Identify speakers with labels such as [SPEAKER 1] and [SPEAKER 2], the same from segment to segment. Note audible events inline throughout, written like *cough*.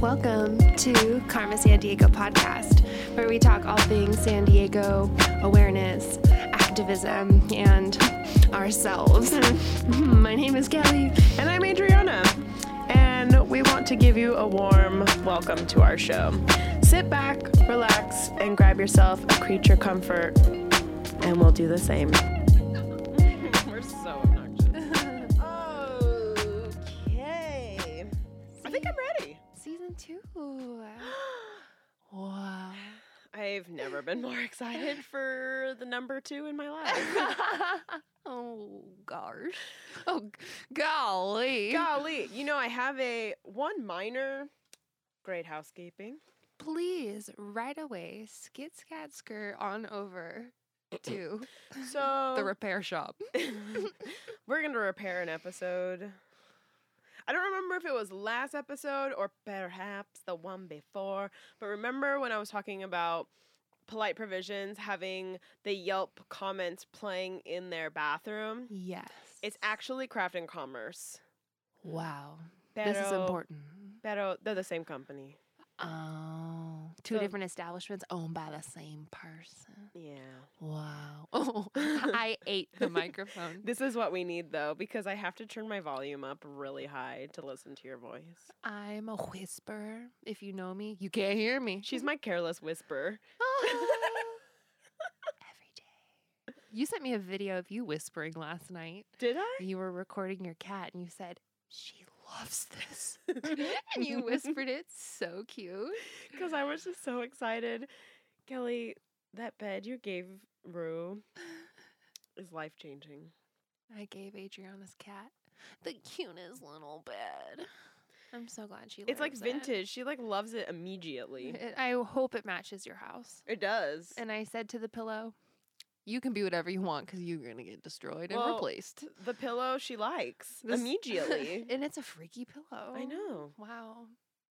[SPEAKER 1] Welcome to Karma San Diego podcast, where we talk all things San Diego awareness, activism, and ourselves. *laughs* My name is Kelly,
[SPEAKER 2] And I'm Adriana, and we want to give you a warm welcome to our show. Sit back, relax, and grab yourself a creature comfort, and we'll do the same. *laughs* We're so obnoxious. *laughs* Okay. I think I'm ready.
[SPEAKER 1] season two. Wow.
[SPEAKER 2] *gasps* I've never been more excited for the number two in my life.
[SPEAKER 1] *laughs*
[SPEAKER 2] *laughs*
[SPEAKER 1] oh gosh. Oh g- golly.
[SPEAKER 2] Golly, you know, I have a one minor great housekeeping.
[SPEAKER 1] Please right away skit scat skirt on over to
[SPEAKER 2] So
[SPEAKER 1] *laughs* the repair shop.
[SPEAKER 2] *laughs* We're going to repair an episode. I don't remember if it was last episode or perhaps the one before, but remember when I was talking about polite provisions having the Yelp comments playing in their bathroom?
[SPEAKER 1] Yes.
[SPEAKER 2] It's actually Craft and Commerce.
[SPEAKER 1] Wow. This is
[SPEAKER 2] Pero-
[SPEAKER 1] important.
[SPEAKER 2] Pero they're the same company.
[SPEAKER 1] Oh, two
[SPEAKER 2] So-
[SPEAKER 1] different establishments owned by the same person.
[SPEAKER 2] Yeah.
[SPEAKER 1] Wow. Oh, I ate the microphone.
[SPEAKER 2] This is what we need though, because I have to turn my volume up really high to listen to your voice.
[SPEAKER 1] *laughs* I'm a whisperer. If you know me, you can't hear me.
[SPEAKER 2] She's *laughs* my careless whisper.
[SPEAKER 1] Oh. *laughs* every day. You sent me a video of you whispering last night.
[SPEAKER 2] Did I?
[SPEAKER 1] You were recording your cat and you said, She loves this. *laughs* and you whispered it so cute.
[SPEAKER 2] Because I was just so excited. Kelly, that bed you gave Rue
[SPEAKER 1] *laughs*
[SPEAKER 2] is life changing.
[SPEAKER 1] I gave Adriana's cat the cutest little bed. I'm so glad she
[SPEAKER 2] It's like
[SPEAKER 1] loves it.
[SPEAKER 2] vintage. She like loves it
[SPEAKER 1] *laughs*
[SPEAKER 2] immediately.
[SPEAKER 1] It- I hope it matches your house.
[SPEAKER 2] It does. And
[SPEAKER 1] And I said to the pillow, You can be whatever you want because you're going to get destroyed and
[SPEAKER 2] Well,
[SPEAKER 1] replaced.
[SPEAKER 2] the pillow she likes
[SPEAKER 1] This- *laughs*
[SPEAKER 2] immediately.
[SPEAKER 1] and it's a freaky pillow.
[SPEAKER 2] I know.
[SPEAKER 1] Wow.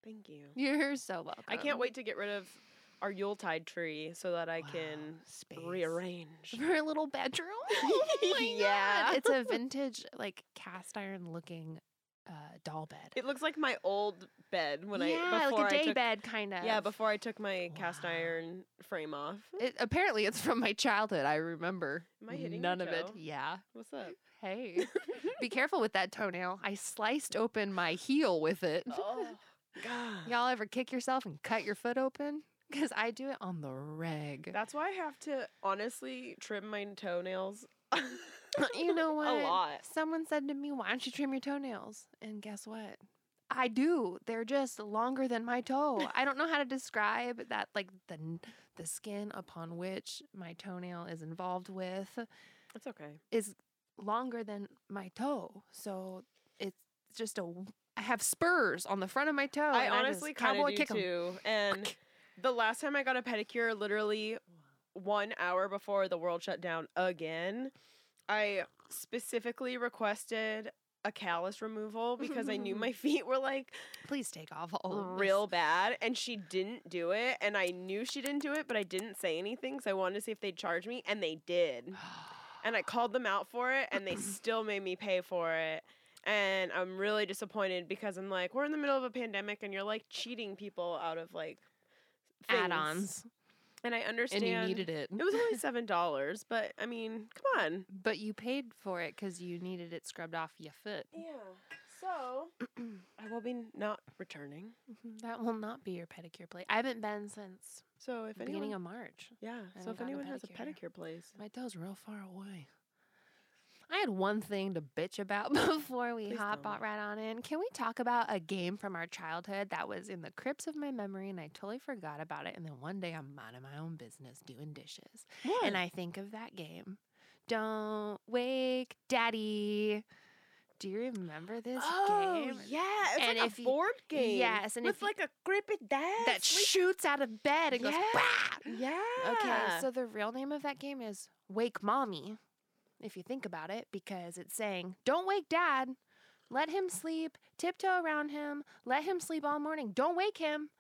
[SPEAKER 2] Thank you.
[SPEAKER 1] You're so welcome.
[SPEAKER 2] I can't wait to get rid of our Yuletide tree so that I
[SPEAKER 1] Wow,
[SPEAKER 2] can
[SPEAKER 1] space.
[SPEAKER 2] rearrange.
[SPEAKER 1] *laughs* for a little bedroom. Oh my
[SPEAKER 2] Yeah.
[SPEAKER 1] God. It's a vintage, like cast iron looking uh, doll bed.
[SPEAKER 2] *laughs* It looks like my old bed when
[SPEAKER 1] yeah,
[SPEAKER 2] I before
[SPEAKER 1] like a
[SPEAKER 2] I
[SPEAKER 1] day
[SPEAKER 2] took,
[SPEAKER 1] bed kind of.
[SPEAKER 2] Yeah, before I took my cast
[SPEAKER 1] Wow.
[SPEAKER 2] iron frame off.
[SPEAKER 1] It, apparently, it's from my childhood. I remember
[SPEAKER 2] Am I hitting your
[SPEAKER 1] none of it.
[SPEAKER 2] toe?
[SPEAKER 1] Yeah. *laughs*
[SPEAKER 2] What's up?
[SPEAKER 1] Hey,
[SPEAKER 2] *laughs*
[SPEAKER 1] be careful with that toenail. I sliced open my heel with it.
[SPEAKER 2] Oh God.
[SPEAKER 1] Y'all ever kick yourself and cut your foot open? Because I do it on the reg.
[SPEAKER 2] That's why I have to honestly trim my toenails. *laughs*
[SPEAKER 1] you know what?
[SPEAKER 2] A lot.
[SPEAKER 1] Someone said to me, "Why don't you trim your toenails?" And guess what? I do. They're just longer than my toe. I don't know how to describe that, like the n- the skin upon which my toenail is involved with
[SPEAKER 2] It's okay.
[SPEAKER 1] is longer than my toe. So it's just a. w- I have spurs on the front of my toe.
[SPEAKER 2] I
[SPEAKER 1] Oh, and
[SPEAKER 2] honestly
[SPEAKER 1] just
[SPEAKER 2] kind
[SPEAKER 1] cowboy
[SPEAKER 2] of do
[SPEAKER 1] kick 'em.
[SPEAKER 2] too. And the last time I got a pedicure, literally one hour before the world shut down again, I specifically requested a callus removal because
[SPEAKER 1] *laughs*
[SPEAKER 2] I knew my feet were like
[SPEAKER 1] Please take off all of this. *sighs*
[SPEAKER 2] real bad and she didn't do it and I knew she didn't do it but I didn't say anything because I wanted to see if they'd charge me and they did. and I called them out for it,
[SPEAKER 1] *laughs*
[SPEAKER 2] and they still made me pay for it. And I'm really disappointed because I'm like, we're in the middle of a pandemic, and you're like cheating people out of like things.
[SPEAKER 1] add-ons,
[SPEAKER 2] And I understand
[SPEAKER 1] and you needed it.
[SPEAKER 2] it was
[SPEAKER 1] *laughs*
[SPEAKER 2] only seven dollars, but I mean, come on.
[SPEAKER 1] But you paid for it because you needed it scrubbed off your foot.
[SPEAKER 2] Yeah. So *clears throat* I will be not returning.
[SPEAKER 1] Mm-hmm. that will not be your pedicure place. I haven't been since
[SPEAKER 2] So if
[SPEAKER 1] the
[SPEAKER 2] anyone,
[SPEAKER 1] beginning of March.
[SPEAKER 2] yeah.
[SPEAKER 1] I
[SPEAKER 2] So
[SPEAKER 1] haven't
[SPEAKER 2] if
[SPEAKER 1] gotten a
[SPEAKER 2] anyone has a
[SPEAKER 1] pedicure.
[SPEAKER 2] pedicure place,
[SPEAKER 1] *laughs* My toe's real far away. I had one thing to bitch about *laughs* before we
[SPEAKER 2] Please
[SPEAKER 1] hot
[SPEAKER 2] don't.
[SPEAKER 1] bot right on in. Can we talk about a game from our childhood that was in the crypts of my memory and I totally forgot about it? And then one day I'm minding my own business doing dishes. And I think of that game. Don't wake daddy. Do you remember this
[SPEAKER 2] oh
[SPEAKER 1] game?
[SPEAKER 2] yeah, it's
[SPEAKER 1] and
[SPEAKER 2] like
[SPEAKER 1] if
[SPEAKER 2] a
[SPEAKER 1] you-
[SPEAKER 2] board game.
[SPEAKER 1] yes, and
[SPEAKER 2] with
[SPEAKER 1] if you-
[SPEAKER 2] like a creepy dad
[SPEAKER 1] That
[SPEAKER 2] sleep-
[SPEAKER 1] shoots out of bed and goes,
[SPEAKER 2] Yeah.
[SPEAKER 1] "Bah!"
[SPEAKER 2] yeah.
[SPEAKER 1] Okay, so the real name of that game is Wake Mommy, if you think about it, because it's saying, don't wake dad, let him sleep, tiptoe around him, let him sleep all morning, don't wake him,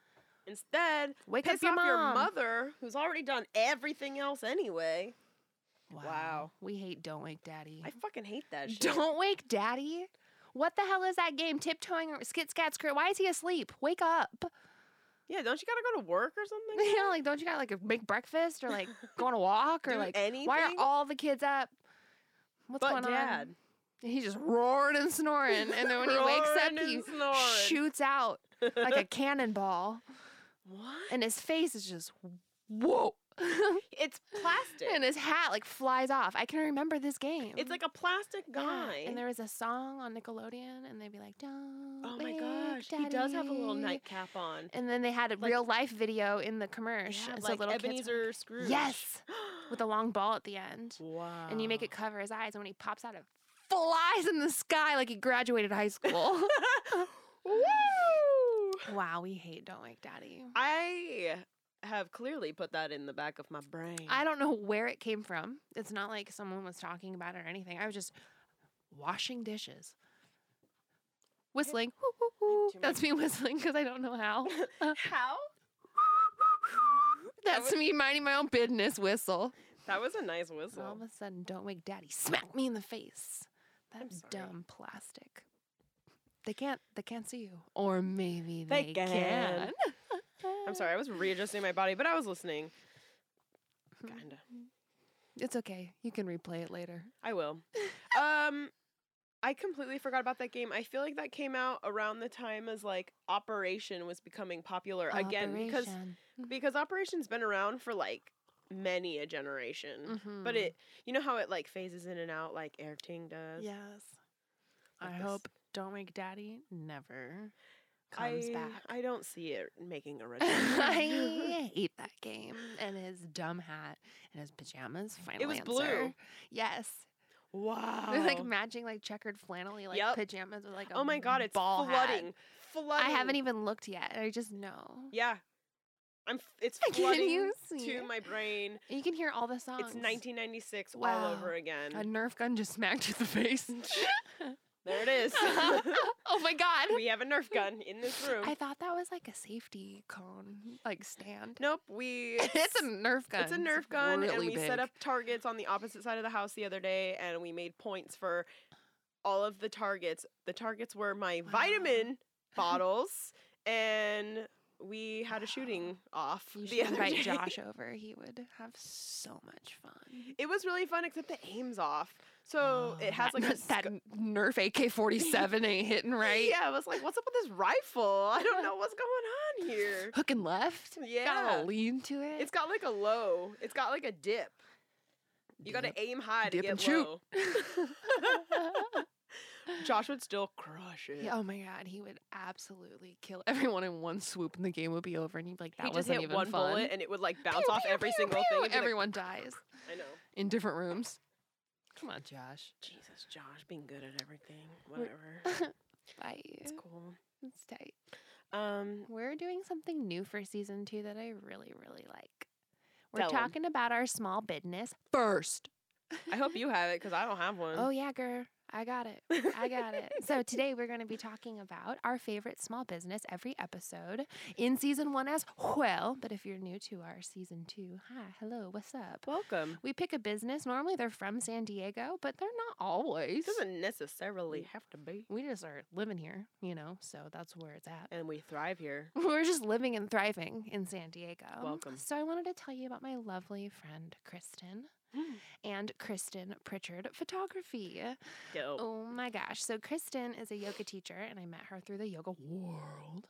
[SPEAKER 2] instead,
[SPEAKER 1] wake
[SPEAKER 2] piss
[SPEAKER 1] up your
[SPEAKER 2] off
[SPEAKER 1] mom.
[SPEAKER 2] your mother who's already done everything else anyway.
[SPEAKER 1] Wow.
[SPEAKER 2] Wow.
[SPEAKER 1] We hate don't wake daddy.
[SPEAKER 2] I fucking hate that shit.
[SPEAKER 1] don't wake daddy? What the hell is that game? Tiptoeing or skit scat screw? Why is he asleep? Wake up.
[SPEAKER 2] Yeah, don't you gotta go to work or something?
[SPEAKER 1] *laughs* you know, like don't you gotta like make breakfast or like go on a walk or
[SPEAKER 2] Do
[SPEAKER 1] like
[SPEAKER 2] anything?
[SPEAKER 1] why are all the kids up? What's
[SPEAKER 2] but
[SPEAKER 1] going
[SPEAKER 2] dad.
[SPEAKER 1] on? And He just roared and snoring, and then when he wakes up,
[SPEAKER 2] Roaring
[SPEAKER 1] he
[SPEAKER 2] and snoring.
[SPEAKER 1] shoots out like
[SPEAKER 2] *laughs*
[SPEAKER 1] a cannonball,
[SPEAKER 2] What?
[SPEAKER 1] and his face is just whoa,
[SPEAKER 2] It's plastic.
[SPEAKER 1] and his hat like flies off. I can remember this game.
[SPEAKER 2] it's like a plastic
[SPEAKER 1] Yeah,
[SPEAKER 2] guy.
[SPEAKER 1] And there was a song on Nickelodeon, and they'd be like, "Don't."
[SPEAKER 2] oh my
[SPEAKER 1] wake
[SPEAKER 2] gosh, he does have a little
[SPEAKER 1] Daddy."
[SPEAKER 2] nightcap on.
[SPEAKER 1] And then they had a
[SPEAKER 2] Like-
[SPEAKER 1] real life video in the commercial,
[SPEAKER 2] Yeah,
[SPEAKER 1] and so
[SPEAKER 2] like
[SPEAKER 1] little kids.
[SPEAKER 2] Ebenezer Scrooge. *gasps*
[SPEAKER 1] Yes, with a long ball at the end,
[SPEAKER 2] wow.
[SPEAKER 1] and you make it cover his eyes, and when he pops out, it flies in the sky like he graduated high school.
[SPEAKER 2] Woo!
[SPEAKER 1] *laughs* wow, we hate "Don't Wake Daddy."
[SPEAKER 2] I have clearly put that in the back of my brain.
[SPEAKER 1] I don't know where it came from. It's not like someone was talking about it or anything. I was just washing dishes, whistling. Woo, woo, woo.
[SPEAKER 2] too
[SPEAKER 1] That's me whistling because I don't know how. *laughs*
[SPEAKER 2] how?
[SPEAKER 1] That's me minding my own business whistle.
[SPEAKER 2] That was a nice
[SPEAKER 1] All of
[SPEAKER 2] whistle.
[SPEAKER 1] a sudden, don't wake daddy. Smack me in the face.
[SPEAKER 2] I'm
[SPEAKER 1] That's
[SPEAKER 2] sorry.
[SPEAKER 1] dumb plastic. They can't. They can't see you. Or maybe
[SPEAKER 2] They
[SPEAKER 1] they,
[SPEAKER 2] can. I'm sorry, I was readjusting my body, but I was listening.
[SPEAKER 1] Hmm.
[SPEAKER 2] Kinda.
[SPEAKER 1] It's okay. You can replay it later.
[SPEAKER 2] I will. *laughs* um, I completely forgot about that game. I feel like that came out around the time as like Operation was becoming popular again because
[SPEAKER 1] Operation.
[SPEAKER 2] because Operation's been around for like many a generation. But
[SPEAKER 1] Mhm.
[SPEAKER 2] it, you know how it like phases in and out, like Air Ting does.
[SPEAKER 1] Yes.
[SPEAKER 2] like
[SPEAKER 1] I
[SPEAKER 2] this.
[SPEAKER 1] hope Don't Wake Daddy never comes
[SPEAKER 2] I, *laughs*
[SPEAKER 1] back. *laughs*
[SPEAKER 2] I don't see it making a *laughs* return.
[SPEAKER 1] I hate that game and his dumb hat and his pajamas. Final
[SPEAKER 2] was
[SPEAKER 1] answer.
[SPEAKER 2] blue.
[SPEAKER 1] Yes,
[SPEAKER 2] wow.
[SPEAKER 1] they're like matching like checkered flannelly like
[SPEAKER 2] Yep.
[SPEAKER 1] pajamas with like a
[SPEAKER 2] oh my god, it's
[SPEAKER 1] ball hat.
[SPEAKER 2] flooding. Flooding.
[SPEAKER 1] I haven't even looked yet. I just know. *laughs*
[SPEAKER 2] Yeah. I'm. F- it's
[SPEAKER 1] I can't
[SPEAKER 2] flooding
[SPEAKER 1] even see
[SPEAKER 2] to
[SPEAKER 1] it.
[SPEAKER 2] my brain.
[SPEAKER 1] You can hear all the songs.
[SPEAKER 2] It's 1996 all
[SPEAKER 1] Wow.
[SPEAKER 2] over again.
[SPEAKER 1] A Nerf gun just smacked you in the
[SPEAKER 2] *laughs*
[SPEAKER 1] face. *laughs*
[SPEAKER 2] There it is. *laughs*
[SPEAKER 1] oh my god!
[SPEAKER 2] we have a Nerf gun in this room.
[SPEAKER 1] I thought that was like a safety cone, like stand.
[SPEAKER 2] nope,
[SPEAKER 1] *laughs*
[SPEAKER 2] we.
[SPEAKER 1] it's a Nerf gun.
[SPEAKER 2] It's a Nerf gun, and
[SPEAKER 1] really
[SPEAKER 2] we set
[SPEAKER 1] big.
[SPEAKER 2] up targets on the opposite side of the house the other day, and we made points for all of the targets. The targets were my
[SPEAKER 1] Wow.
[SPEAKER 2] vitamin bottles, and we had a shooting
[SPEAKER 1] *gasps*
[SPEAKER 2] off
[SPEAKER 1] You
[SPEAKER 2] the
[SPEAKER 1] should
[SPEAKER 2] other
[SPEAKER 1] invite
[SPEAKER 2] day.
[SPEAKER 1] Josh over. He would have so much fun.
[SPEAKER 2] *laughs* It was really fun, except the aim's off,
[SPEAKER 1] Oh,
[SPEAKER 2] so it has
[SPEAKER 1] that,
[SPEAKER 2] like a
[SPEAKER 1] *laughs* that
[SPEAKER 2] sc-
[SPEAKER 1] Nerf AK forty seven ain't hitting right.
[SPEAKER 2] *laughs* Yeah, I was like, "What's up with this rifle? I don't know what's going
[SPEAKER 1] *laughs*
[SPEAKER 2] on here."
[SPEAKER 1] Hook and left. Got a
[SPEAKER 2] Yeah,
[SPEAKER 1] little lean to it.
[SPEAKER 2] It's got like a low. It's got like a dip. You got to aim high to
[SPEAKER 1] Dip
[SPEAKER 2] get
[SPEAKER 1] and shoot.
[SPEAKER 2] low.
[SPEAKER 1] *laughs* got.
[SPEAKER 2] *laughs* Josh would still crush it.
[SPEAKER 1] Yeah, oh my god, he would absolutely kill *laughs* everyone in one swoop, and the game would be over. And he'd be like, "That
[SPEAKER 2] he just
[SPEAKER 1] wasn't
[SPEAKER 2] hit
[SPEAKER 1] even
[SPEAKER 2] one
[SPEAKER 1] fun."
[SPEAKER 2] bullet and it
[SPEAKER 1] *laughs*
[SPEAKER 2] would like bounce
[SPEAKER 1] Pew,
[SPEAKER 2] off
[SPEAKER 1] pew,
[SPEAKER 2] every
[SPEAKER 1] pew,
[SPEAKER 2] single
[SPEAKER 1] pew,
[SPEAKER 2] thing. It'd be like,
[SPEAKER 1] Everyone dies
[SPEAKER 2] I know.
[SPEAKER 1] *laughs* in different rooms. Come on, Josh.
[SPEAKER 2] Jesus, Josh, being good at everything.
[SPEAKER 1] *laughs*
[SPEAKER 2] Whatever.
[SPEAKER 1] Bye.
[SPEAKER 2] it's cool.
[SPEAKER 1] It's tight.
[SPEAKER 2] Um,
[SPEAKER 1] We're doing something new for season two that I really, really like. We're
[SPEAKER 2] Tell 'em.
[SPEAKER 1] talking about our small business first.
[SPEAKER 2] I hope you have it because I don't have one. *laughs*
[SPEAKER 1] Oh yeah, girl. I got it. I got it. So today we're going to be talking about our favorite small business every episode in season one as well. But if you're new to our season two, hi, hello, what's up?
[SPEAKER 2] Welcome.
[SPEAKER 1] We pick a business. Normally they're from San Diego, but they're not always.
[SPEAKER 2] It doesn't
[SPEAKER 1] Mm.
[SPEAKER 2] necessarily have to be.
[SPEAKER 1] We just are living here, you know, so that's where it's at.
[SPEAKER 2] And we thrive here.
[SPEAKER 1] *laughs* We're just living and thriving in San Diego.
[SPEAKER 2] Welcome.
[SPEAKER 1] So I wanted to tell you about my lovely friend Kristen and Kristen Pritchard Photography.
[SPEAKER 2] Dope.
[SPEAKER 1] Oh my gosh. So Kristen is a yoga teacher and I met her through the yoga world.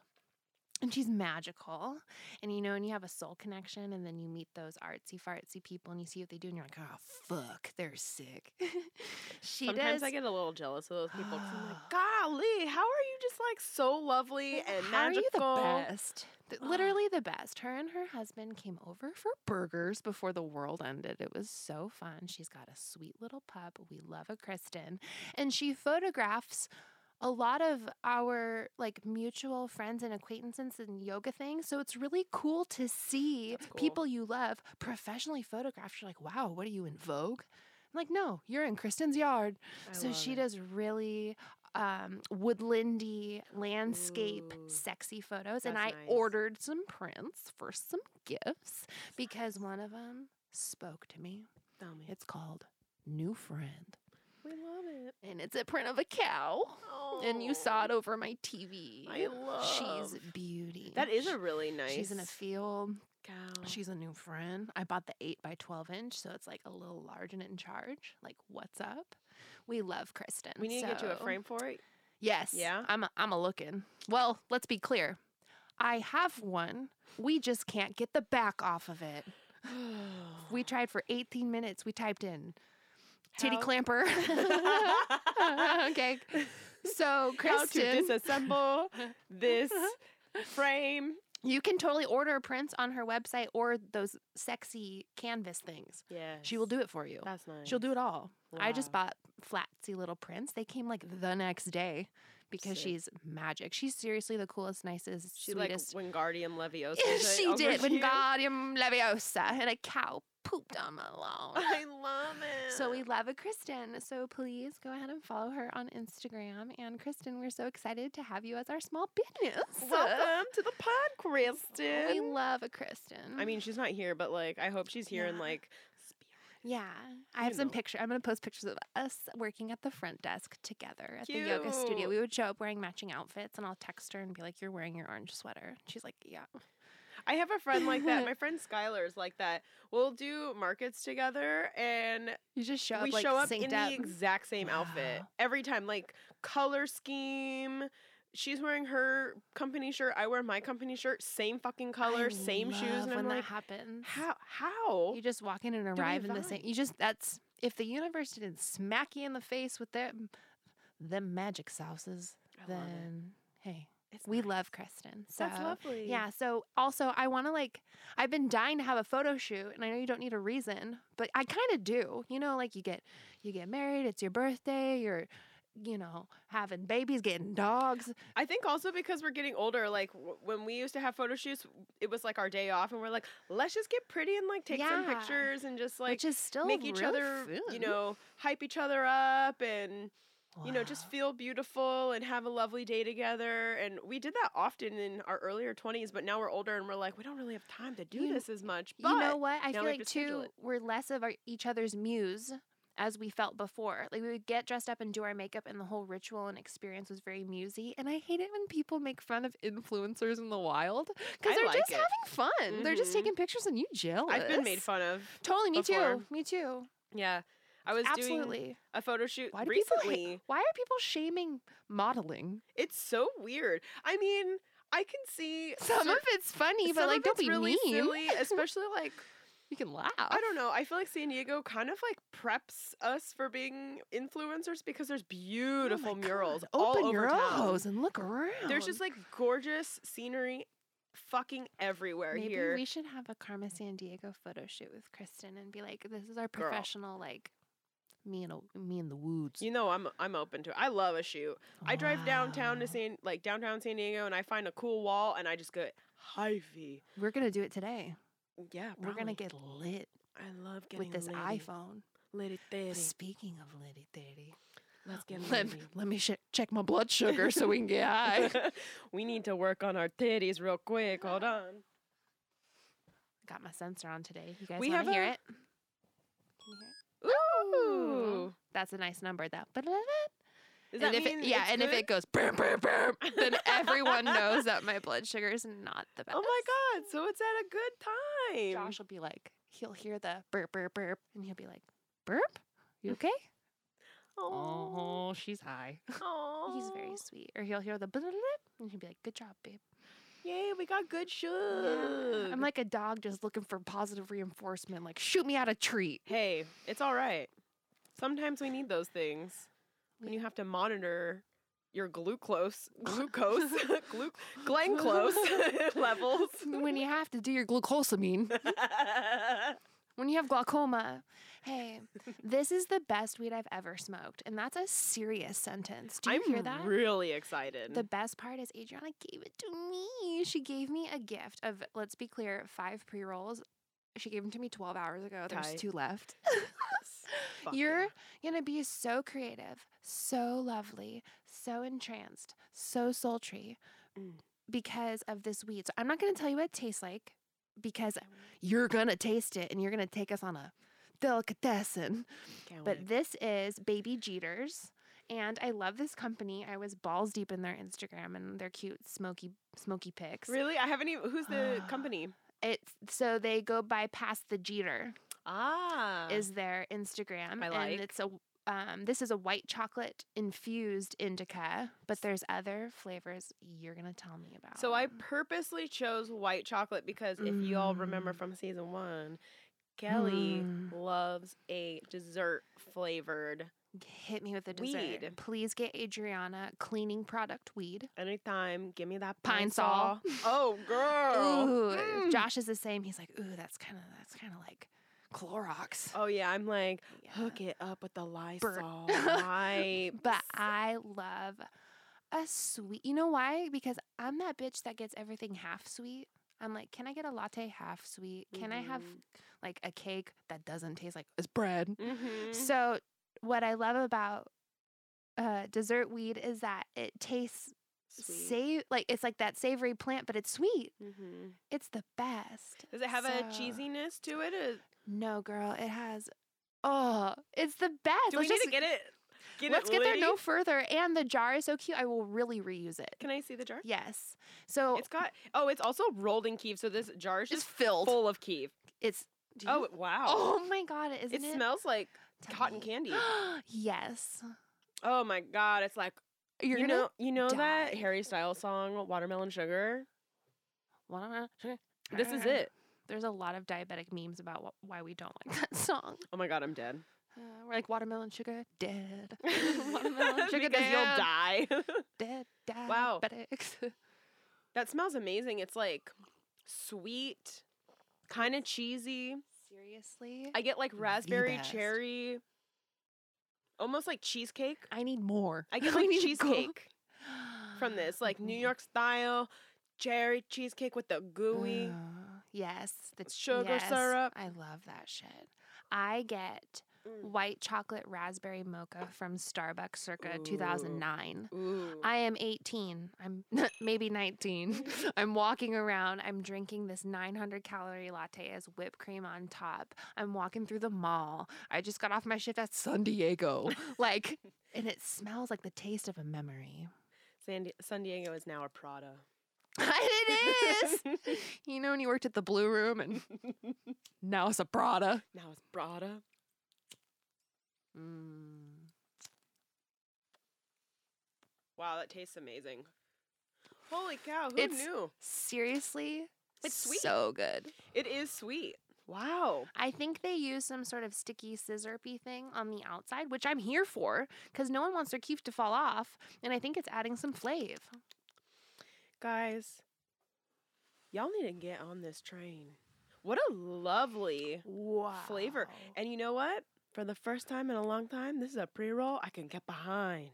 [SPEAKER 1] And she's magical. And you know, and you have a soul connection, and then you meet those artsy fartsy people and you see what they do, and you're like, oh, fuck, they're sick. *laughs* she
[SPEAKER 2] Sometimes
[SPEAKER 1] does.
[SPEAKER 2] I get a little jealous of those people. 'cause
[SPEAKER 1] *gasps*
[SPEAKER 2] I'm like, golly, how are you just like so lovely and
[SPEAKER 1] How are you
[SPEAKER 2] magical?
[SPEAKER 1] the best? Th-
[SPEAKER 2] Ugh.
[SPEAKER 1] Literally the best. Her and her husband came over for burgers before the world ended. It was so fun. She's got a sweet little pup. We love a Kristen. And she photographs a lot of our like mutual friends and acquaintances and yoga things. So it's really cool to see
[SPEAKER 2] That's cool.
[SPEAKER 1] people you love professionally photographed. You're like, wow, what are you in Vogue? I'm like, no, you're in Kristen's yard.
[SPEAKER 2] I
[SPEAKER 1] So
[SPEAKER 2] love
[SPEAKER 1] she
[SPEAKER 2] it.
[SPEAKER 1] does really um, woodlandy, landscape,
[SPEAKER 2] Ooh,
[SPEAKER 1] sexy photos. And I
[SPEAKER 2] that's nice.
[SPEAKER 1] ordered some prints for some gifts because one of them spoke to me.
[SPEAKER 2] Tell me.
[SPEAKER 1] It's called New Friend.
[SPEAKER 2] We love it.
[SPEAKER 1] and it's a print of a cow. And you saw it over my TV.
[SPEAKER 2] Oh, I love.
[SPEAKER 1] She's beauty.
[SPEAKER 2] That is
[SPEAKER 1] Sh-
[SPEAKER 2] a really nice. Oh.
[SPEAKER 1] She's in a field.
[SPEAKER 2] cow.
[SPEAKER 1] She's a new friend. I bought the 8 by 12 inch, so it's like a little large and in charge. Like, what's up? We love Kristen.
[SPEAKER 2] we need to get you a
[SPEAKER 1] so-
[SPEAKER 2] frame for it.
[SPEAKER 1] Yes.
[SPEAKER 2] Yeah?
[SPEAKER 1] I'm a, I'm a looking. Well, let's be clear. I have one. We just can't get the back off of it. *sighs* We
[SPEAKER 2] *sighs*
[SPEAKER 1] tried for 18 minutes. We typed in titty
[SPEAKER 2] How-
[SPEAKER 1] clamper. *laughs*
[SPEAKER 2] *laughs*
[SPEAKER 1] okay. So,
[SPEAKER 2] How to
[SPEAKER 1] Kristen,
[SPEAKER 2] disassemble
[SPEAKER 1] *laughs*
[SPEAKER 2] this frame.
[SPEAKER 1] you can totally order prints on her website or those sexy canvas things.
[SPEAKER 2] Yeah.
[SPEAKER 1] She will do it for you.
[SPEAKER 2] That's nice.
[SPEAKER 1] She'll do it all. I just
[SPEAKER 2] Wow.
[SPEAKER 1] bought flatsy little prints. They came like the next day because
[SPEAKER 2] Sick.
[SPEAKER 1] she's magic. She's seriously the coolest, nicest,
[SPEAKER 2] She like
[SPEAKER 1] sweetest.
[SPEAKER 2] Wingardium Leviosa. "Oh,
[SPEAKER 1] she
[SPEAKER 2] over
[SPEAKER 1] did.
[SPEAKER 2] you.
[SPEAKER 1] Wingardium Leviosa and a cow pooped on my lawn. *laughs*
[SPEAKER 2] I love it.
[SPEAKER 1] So
[SPEAKER 2] *laughs*
[SPEAKER 1] we love a Kristen. So please go ahead and follow her on Instagram. And Kristen, we're so excited to have you as our small business. *laughs*
[SPEAKER 2] welcome to the pod, Kristen.
[SPEAKER 1] We love a Kristen.
[SPEAKER 2] I mean, she's not here, but like, I hope she's here and
[SPEAKER 1] Yeah.
[SPEAKER 2] like.
[SPEAKER 1] yeah, I have
[SPEAKER 2] you
[SPEAKER 1] some
[SPEAKER 2] know.
[SPEAKER 1] picture. I'm gonna post pictures of us working at the front desk together at the yoga studio.
[SPEAKER 2] Cute.
[SPEAKER 1] We would show up wearing matching outfits, and I'll text her and be like, "You're wearing your orange sweater." She's like, "Yeah."
[SPEAKER 2] I have a friend like
[SPEAKER 1] *laughs*
[SPEAKER 2] that. My friend Skylar's like that. We'll do markets together, and
[SPEAKER 1] You just show up.
[SPEAKER 2] we
[SPEAKER 1] like,
[SPEAKER 2] show up
[SPEAKER 1] synced
[SPEAKER 2] in
[SPEAKER 1] up.
[SPEAKER 2] the exact same outfit
[SPEAKER 1] Wow.
[SPEAKER 2] every time, like color scheme. She's wearing her company shirt. I wear my company shirt. Same fucking
[SPEAKER 1] I
[SPEAKER 2] color, same shoes,
[SPEAKER 1] love
[SPEAKER 2] and
[SPEAKER 1] when
[SPEAKER 2] I'm
[SPEAKER 1] that
[SPEAKER 2] like,
[SPEAKER 1] happens,
[SPEAKER 2] how? How?
[SPEAKER 1] you just walk in and
[SPEAKER 2] we
[SPEAKER 1] arrive in the
[SPEAKER 2] vibe?
[SPEAKER 1] same. You just that's if the universe didn't smack you in the face with them, them magic sauces,
[SPEAKER 2] I love it.
[SPEAKER 1] then hey,
[SPEAKER 2] It's
[SPEAKER 1] we
[SPEAKER 2] nice.
[SPEAKER 1] love Kristen. So
[SPEAKER 2] That's lovely.
[SPEAKER 1] Yeah. So also, I want to like, I've been dying to have a photo shoot, and I know you don't need a reason, but I kind of do. You know, like you get, you get married, it's your birthday, you're, you know, having babies, getting dogs.
[SPEAKER 2] I think also because we're getting older, like w- when we used to have photo shoots, it was like our day off, and we're like, let's just get pretty and like take some
[SPEAKER 1] Yeah.
[SPEAKER 2] pictures and just like
[SPEAKER 1] which is still
[SPEAKER 2] make each
[SPEAKER 1] really
[SPEAKER 2] other, you
[SPEAKER 1] fun.
[SPEAKER 2] know, hype each other up and, you know, just
[SPEAKER 1] Wow.
[SPEAKER 2] feel beautiful and have a lovely day together. And we did that often in our earlier 20s, but now we're older and we're like, we don't really have time to do
[SPEAKER 1] You-
[SPEAKER 2] this as much. But
[SPEAKER 1] you know what? I
[SPEAKER 2] now
[SPEAKER 1] feel
[SPEAKER 2] we have
[SPEAKER 1] like
[SPEAKER 2] to schedule
[SPEAKER 1] too,
[SPEAKER 2] it.
[SPEAKER 1] we're less of our, each other's muse as we felt before. Like we would get dressed up and do our makeup, and the whole ritual and experience was very musy. And I hate it when people make fun of influencers in the wild
[SPEAKER 2] I
[SPEAKER 1] because they're
[SPEAKER 2] like
[SPEAKER 1] just
[SPEAKER 2] it.
[SPEAKER 1] having fun. They're just
[SPEAKER 2] Mhm.
[SPEAKER 1] taking pictures, and you jealous.
[SPEAKER 2] I've been made fun of.
[SPEAKER 1] Totally, me
[SPEAKER 2] before.
[SPEAKER 1] too. Me too.
[SPEAKER 2] Yeah. I was doing
[SPEAKER 1] Absolutely.
[SPEAKER 2] a photo shoot
[SPEAKER 1] Why do
[SPEAKER 2] recently.
[SPEAKER 1] people? Hate, why are people shaming modeling?
[SPEAKER 2] It's so weird. I mean, I can see
[SPEAKER 1] Some
[SPEAKER 2] cer-
[SPEAKER 1] of it's funny,
[SPEAKER 2] some
[SPEAKER 1] but like,
[SPEAKER 2] of
[SPEAKER 1] don't
[SPEAKER 2] it's
[SPEAKER 1] be
[SPEAKER 2] really
[SPEAKER 1] mean.
[SPEAKER 2] silly, especially like
[SPEAKER 1] You can laugh.
[SPEAKER 2] I don't know. I feel like San Diego kind of like preps us for being influencers because there's beautiful murals all
[SPEAKER 1] Oh Open
[SPEAKER 2] over
[SPEAKER 1] your
[SPEAKER 2] town.
[SPEAKER 1] eyes and look around.
[SPEAKER 2] There's just like gorgeous scenery, fucking everywhere
[SPEAKER 1] Maybe
[SPEAKER 2] here.
[SPEAKER 1] we should have a Karma San Diego photo shoot with Kristen and be like, "This is our
[SPEAKER 2] Girl.
[SPEAKER 1] professional, like me and a- me in the woods."
[SPEAKER 2] you know, I'm I'm open to. It. I love a shoot. I drive downtown to
[SPEAKER 1] Ah.
[SPEAKER 2] San like downtown San Diego, and I find a cool wall, and I just go hyphy.
[SPEAKER 1] We're gonna do it today.
[SPEAKER 2] Yeah,
[SPEAKER 1] We're gonna
[SPEAKER 2] probably.
[SPEAKER 1] get lit
[SPEAKER 2] I love getting
[SPEAKER 1] with this
[SPEAKER 2] litty.
[SPEAKER 1] iPhone.
[SPEAKER 2] Litty thirty.
[SPEAKER 1] Speaking of litty thirty,
[SPEAKER 2] Let's get
[SPEAKER 1] *laughs* let
[SPEAKER 2] litty.
[SPEAKER 1] me, let me sh- check my blood sugar so we can get
[SPEAKER 2] *laughs*
[SPEAKER 1] high.
[SPEAKER 2] we need to work on our titties real quick. Hold on.
[SPEAKER 1] *laughs* Got my sensor on today. You guys
[SPEAKER 2] We
[SPEAKER 1] want
[SPEAKER 2] have
[SPEAKER 1] to hear
[SPEAKER 2] a-
[SPEAKER 1] it? Can you hear it?
[SPEAKER 2] Ooh.
[SPEAKER 1] That's a nice number though.
[SPEAKER 2] Does
[SPEAKER 1] and
[SPEAKER 2] that
[SPEAKER 1] if it,
[SPEAKER 2] mean
[SPEAKER 1] yeah,
[SPEAKER 2] it's
[SPEAKER 1] and if
[SPEAKER 2] good?
[SPEAKER 1] it goes bam bam bam, then everyone knows that my blood sugar is not the best.
[SPEAKER 2] *laughs* Oh my god, so it's at a good time.
[SPEAKER 1] Josh will be like, he'll hear the burp, burp, burp, and he'll be like, burp? You okay?
[SPEAKER 2] Aw,
[SPEAKER 1] she's high.
[SPEAKER 2] Oh.
[SPEAKER 1] Oh. *laughs*
[SPEAKER 2] aw.
[SPEAKER 1] He's very sweet. Or he'll hear the blip, and he'll be like, good job, babe.
[SPEAKER 2] Yay, we got good shoes.
[SPEAKER 1] Yeah. I'm like a dog just looking for positive reinforcement, like, shoot me out a treat.
[SPEAKER 2] hey, it's all right. Sometimes we need those things when you have to monitor
[SPEAKER 1] *laughs*
[SPEAKER 2] your glucose, glucose, *laughs* glu- glenclose *laughs* levels.
[SPEAKER 1] *laughs* when
[SPEAKER 2] *laughs*
[SPEAKER 1] you have to do your glucosamine, when you have glaucoma, hey, this is the best weed I've ever smoked. And that's a serious sentence. Do you
[SPEAKER 2] I'm
[SPEAKER 1] hear that?
[SPEAKER 2] really excited.
[SPEAKER 1] The best part is Adriana gave it to me. She gave me a gift of, let's be clear, five pre rolls. She gave them to me 12 hours ago. There's
[SPEAKER 2] Tight.
[SPEAKER 1] two
[SPEAKER 2] *laughs*
[SPEAKER 1] left.
[SPEAKER 2] Fuck yeah.
[SPEAKER 1] You're going to be so creative, so lovely, so entranced, so sultry
[SPEAKER 2] Mm.
[SPEAKER 1] because of this weed. So I'm not going to tell you what it tastes like because you're going to taste it and you're going to take us on a delicatessen.
[SPEAKER 2] Can't wait.
[SPEAKER 1] But this is Baby Jeters. And I love this company. I was balls deep in their Instagram and their cute smoky smoky pics.
[SPEAKER 2] really, I haven't even.
[SPEAKER 1] *gasps*
[SPEAKER 2] Who's the company?
[SPEAKER 1] It's so they go by past the Jeter
[SPEAKER 2] Ah,
[SPEAKER 1] is their Instagram.
[SPEAKER 2] I like.
[SPEAKER 1] And it's a um, this is a white chocolate infused indica, but there's other flavors you're gonna tell me about.
[SPEAKER 2] So I purposely chose white chocolate because if you all remember from season one, Kelly
[SPEAKER 1] Mm.
[SPEAKER 2] loves a dessert flavored
[SPEAKER 1] hit me with a dessert.
[SPEAKER 2] Weed.
[SPEAKER 1] Please get Adriana cleaning product weed.
[SPEAKER 2] anytime. Give me that
[SPEAKER 1] Pine
[SPEAKER 2] pine,
[SPEAKER 1] Sol.
[SPEAKER 2] oh, girl.
[SPEAKER 1] Ooh,
[SPEAKER 2] Mm.
[SPEAKER 1] Josh is the same. He's like, ooh, that's kind of that's kind of like Clorox.
[SPEAKER 2] Oh yeah, I'm like
[SPEAKER 1] Yeah.
[SPEAKER 2] hook it up with the
[SPEAKER 1] Burn.
[SPEAKER 2] Lysol
[SPEAKER 1] *laughs*
[SPEAKER 2] wipe.
[SPEAKER 1] But I love a sweet. You know why? Because I'm that bitch that gets everything half sweet. I'm like, can I get a latte half sweet? Can I
[SPEAKER 2] Mm-hmm.
[SPEAKER 1] have like a cake that doesn't taste like it's bread?
[SPEAKER 2] Mhm.
[SPEAKER 1] So what I love about uh, dessert weed is that it tastes
[SPEAKER 2] Sweet.
[SPEAKER 1] save like it's like that savory plant, but it's sweet.
[SPEAKER 2] Mhm.
[SPEAKER 1] It's the best.
[SPEAKER 2] Does it have a
[SPEAKER 1] So-
[SPEAKER 2] cheesiness to it? Uh, Or
[SPEAKER 1] No, girl, it has. Oh, it's the best.
[SPEAKER 2] do we
[SPEAKER 1] let's
[SPEAKER 2] need
[SPEAKER 1] just,
[SPEAKER 2] to get it? Get
[SPEAKER 1] let's
[SPEAKER 2] it
[SPEAKER 1] get there
[SPEAKER 2] litty?
[SPEAKER 1] no further. And the jar is so cute. I will really reuse it.
[SPEAKER 2] Can I see the jar?
[SPEAKER 1] Yes. So
[SPEAKER 2] It's got oh, it's also rolled in Kiev, so this jar is
[SPEAKER 1] it's
[SPEAKER 2] just
[SPEAKER 1] filled.
[SPEAKER 2] full of Kiev.
[SPEAKER 1] It's do you-
[SPEAKER 2] Oh wow!
[SPEAKER 1] Oh my god! Isn't
[SPEAKER 2] it
[SPEAKER 1] it?
[SPEAKER 2] smells like
[SPEAKER 1] Tell
[SPEAKER 2] cotton
[SPEAKER 1] me.
[SPEAKER 2] candy.
[SPEAKER 1] *gasps* yes.
[SPEAKER 2] Oh my god! It's like
[SPEAKER 1] You're
[SPEAKER 2] you
[SPEAKER 1] gonna
[SPEAKER 2] know you know that
[SPEAKER 1] die.
[SPEAKER 2] Harry Styles song "Watermelon Sugar."
[SPEAKER 1] Wanna-
[SPEAKER 2] This
[SPEAKER 1] *laughs*
[SPEAKER 2] is it.
[SPEAKER 1] There's a lot of diabetic memes about wh- why we don't like *laughs* that song.
[SPEAKER 2] Oh my god! I'm dead.
[SPEAKER 1] Uh, we're like watermelon sugar dead. *laughs*
[SPEAKER 2] *laughs*
[SPEAKER 1] watermelon sugar
[SPEAKER 2] because you'll
[SPEAKER 1] dead.
[SPEAKER 2] die.
[SPEAKER 1] *laughs* Dead
[SPEAKER 2] Wow.
[SPEAKER 1] diabetics. *laughs*
[SPEAKER 2] that smells amazing. It's like sweet, kind of cheesy.
[SPEAKER 1] Seriously,
[SPEAKER 2] I get like
[SPEAKER 1] The
[SPEAKER 2] raspberry,
[SPEAKER 1] best.
[SPEAKER 2] cherry, almost like cheesecake.
[SPEAKER 1] I need more.
[SPEAKER 2] *laughs* I
[SPEAKER 1] *laughs*
[SPEAKER 2] get
[SPEAKER 1] We
[SPEAKER 2] like
[SPEAKER 1] need to go- *gasps* Mm.
[SPEAKER 2] cheesecake. *gasps* from this, like New York style cherry cheesecake with the gooey.
[SPEAKER 1] Ugh, Yes, the ch-
[SPEAKER 2] Sugar
[SPEAKER 1] yes,
[SPEAKER 2] syrup.
[SPEAKER 1] I love that shit. I get
[SPEAKER 2] Mm.
[SPEAKER 1] white chocolate raspberry mocha from Starbucks circa
[SPEAKER 2] Ooh.
[SPEAKER 1] 2009.
[SPEAKER 2] Ooh.
[SPEAKER 1] I am 18. I'm *laughs* maybe 19. *laughs* I'm walking around. I'm drinking this 900 calorie latte as whipped cream on top. I'm walking through the mall. I just got off my shift at San *laughs* Diego. Like, and it smells like the taste of a memory.
[SPEAKER 2] San, Di- San Diego is now a Prada.
[SPEAKER 1] *laughs* it is. you know when you worked at the Blue Room *laughs* and now it's a Prada.
[SPEAKER 2] *laughs* Now it's Prada.
[SPEAKER 1] Mm.
[SPEAKER 2] Wow, that tastes amazing. Holy cow, who
[SPEAKER 1] It's-
[SPEAKER 2] knew?
[SPEAKER 1] Seriously,
[SPEAKER 2] It's sweet.
[SPEAKER 1] So good.
[SPEAKER 2] It is sweet. Wow.
[SPEAKER 1] I think they use some sort of sticky scissorpy thing on the outside, which I'm here for because no one wants their keef to fall off, and I think it's adding some flav.
[SPEAKER 2] Guys, y'all need to get on this train. What a lovely.
[SPEAKER 1] Wow.
[SPEAKER 2] And you know what? For the first time in a long time, this is a pre roll I can get behind.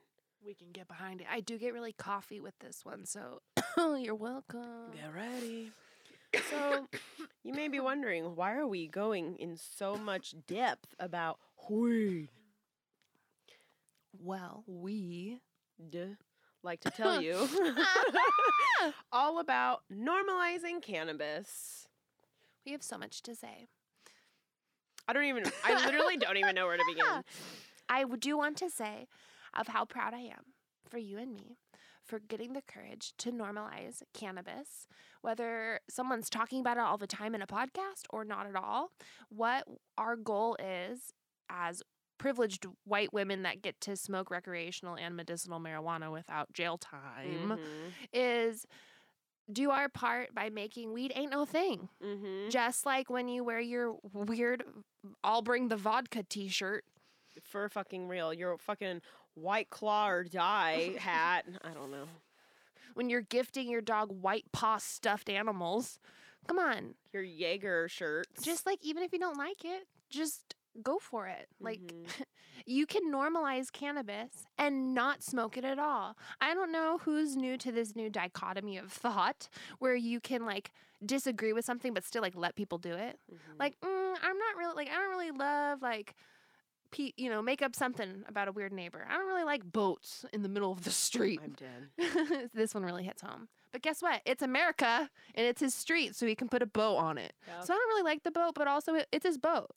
[SPEAKER 1] We can get behind it. I do get really coffee with this one, so *coughs* you're welcome.
[SPEAKER 2] Get ready. So, you may be wondering why are we going in so much depth about weed?
[SPEAKER 1] Well, we
[SPEAKER 2] Duh. Like to tell
[SPEAKER 1] *laughs*
[SPEAKER 2] you all about normalizing cannabis.
[SPEAKER 1] we have so much to say.
[SPEAKER 2] I don't even. I literally don't even know where to begin.
[SPEAKER 1] I w- do want to say of how proud I am for you and me for getting the courage to normalize cannabis, whether someone's talking about it all the time in a podcast or not at all. What our goal is as privileged white women that get to smoke recreational and medicinal marijuana without jail time
[SPEAKER 2] Mm-hmm.
[SPEAKER 1] is do our part by making weed ain't no thing.
[SPEAKER 2] Mm-hmm.
[SPEAKER 1] Just like when you wear your weird I'll bring the vodka t-shirt
[SPEAKER 2] For fucking real, your fucking white claw or die hat. I don't know.
[SPEAKER 1] when you're gifting your dog white paw stuffed animals. Come on.
[SPEAKER 2] Your Jaeger shirts.
[SPEAKER 1] Just like even if you don't like it, just go for it. Like
[SPEAKER 2] Mhm.
[SPEAKER 1] you can normalize cannabis and not smoke it at all. I don't know who's new to this new dichotomy of thought where you can like disagree with something but still like let people do it.
[SPEAKER 2] Mhm.
[SPEAKER 1] *laughs* Like, mm, I'm not really like I don't really love like pe- you know, make up something about a weird neighbor. I don't really like boats in the middle of the street.
[SPEAKER 2] Mm-hmm. I'm dead.
[SPEAKER 1] *laughs* this one really hits home. But guess what? It's America and it's his street, so he can put a boat on it.
[SPEAKER 2] Yeah.
[SPEAKER 1] So I don't really like the boat, but also it, it's his boat.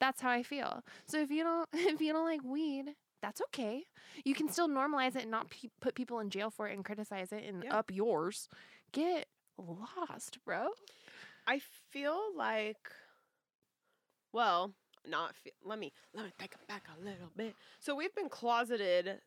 [SPEAKER 1] That's how I feel. So if you don't *laughs* if you don't like weed, that's okay. You can still normalize it and not pe- put people in jail for it and criticize it and
[SPEAKER 2] Yeah.
[SPEAKER 1] up yours. Get lost, bro.
[SPEAKER 2] I feel like, well, not fe- let me let me take it back a little bit. So we've been closeted,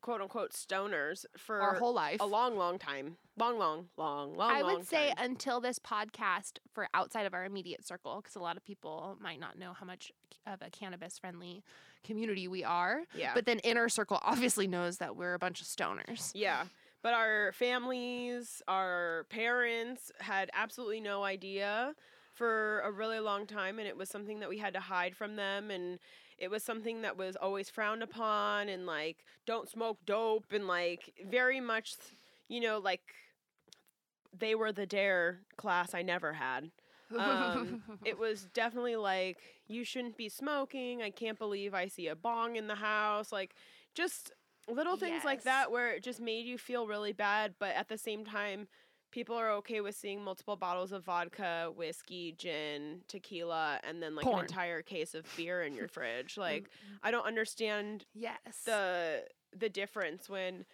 [SPEAKER 2] quote unquote, stoners for
[SPEAKER 1] Our whole life.
[SPEAKER 2] a long, long time, long, long, long, long.
[SPEAKER 1] I
[SPEAKER 2] long
[SPEAKER 1] would say
[SPEAKER 2] time.
[SPEAKER 1] until this podcast for outside of our immediate circle, because a lot of people might not know how much c- of a cannabis friendly community we are.
[SPEAKER 2] yeah,
[SPEAKER 1] But then inner circle obviously knows that we're a bunch of stoners.
[SPEAKER 2] yeah. But our families, our parents had absolutely no idea for a really long time, and it was something that we had to hide from them, and it was something that was always frowned upon, and like don't smoke dope, and like very much, you know, like they were the dare class I never had. *laughs* Um,
[SPEAKER 1] *laughs*
[SPEAKER 2] it was definitely like you shouldn't be smoking i can't believe i see a bong in the house like just little things like
[SPEAKER 1] Yes.
[SPEAKER 2] that where it just made you feel really bad but at the same time people are okay with seeing multiple bottles of vodka whiskey gin tequila and then like
[SPEAKER 1] Porn.
[SPEAKER 2] an entire case of beer in
[SPEAKER 1] *laughs*
[SPEAKER 2] your fridge
[SPEAKER 1] Mm-hmm.
[SPEAKER 2] like i don't understand
[SPEAKER 1] yes.
[SPEAKER 2] the the difference when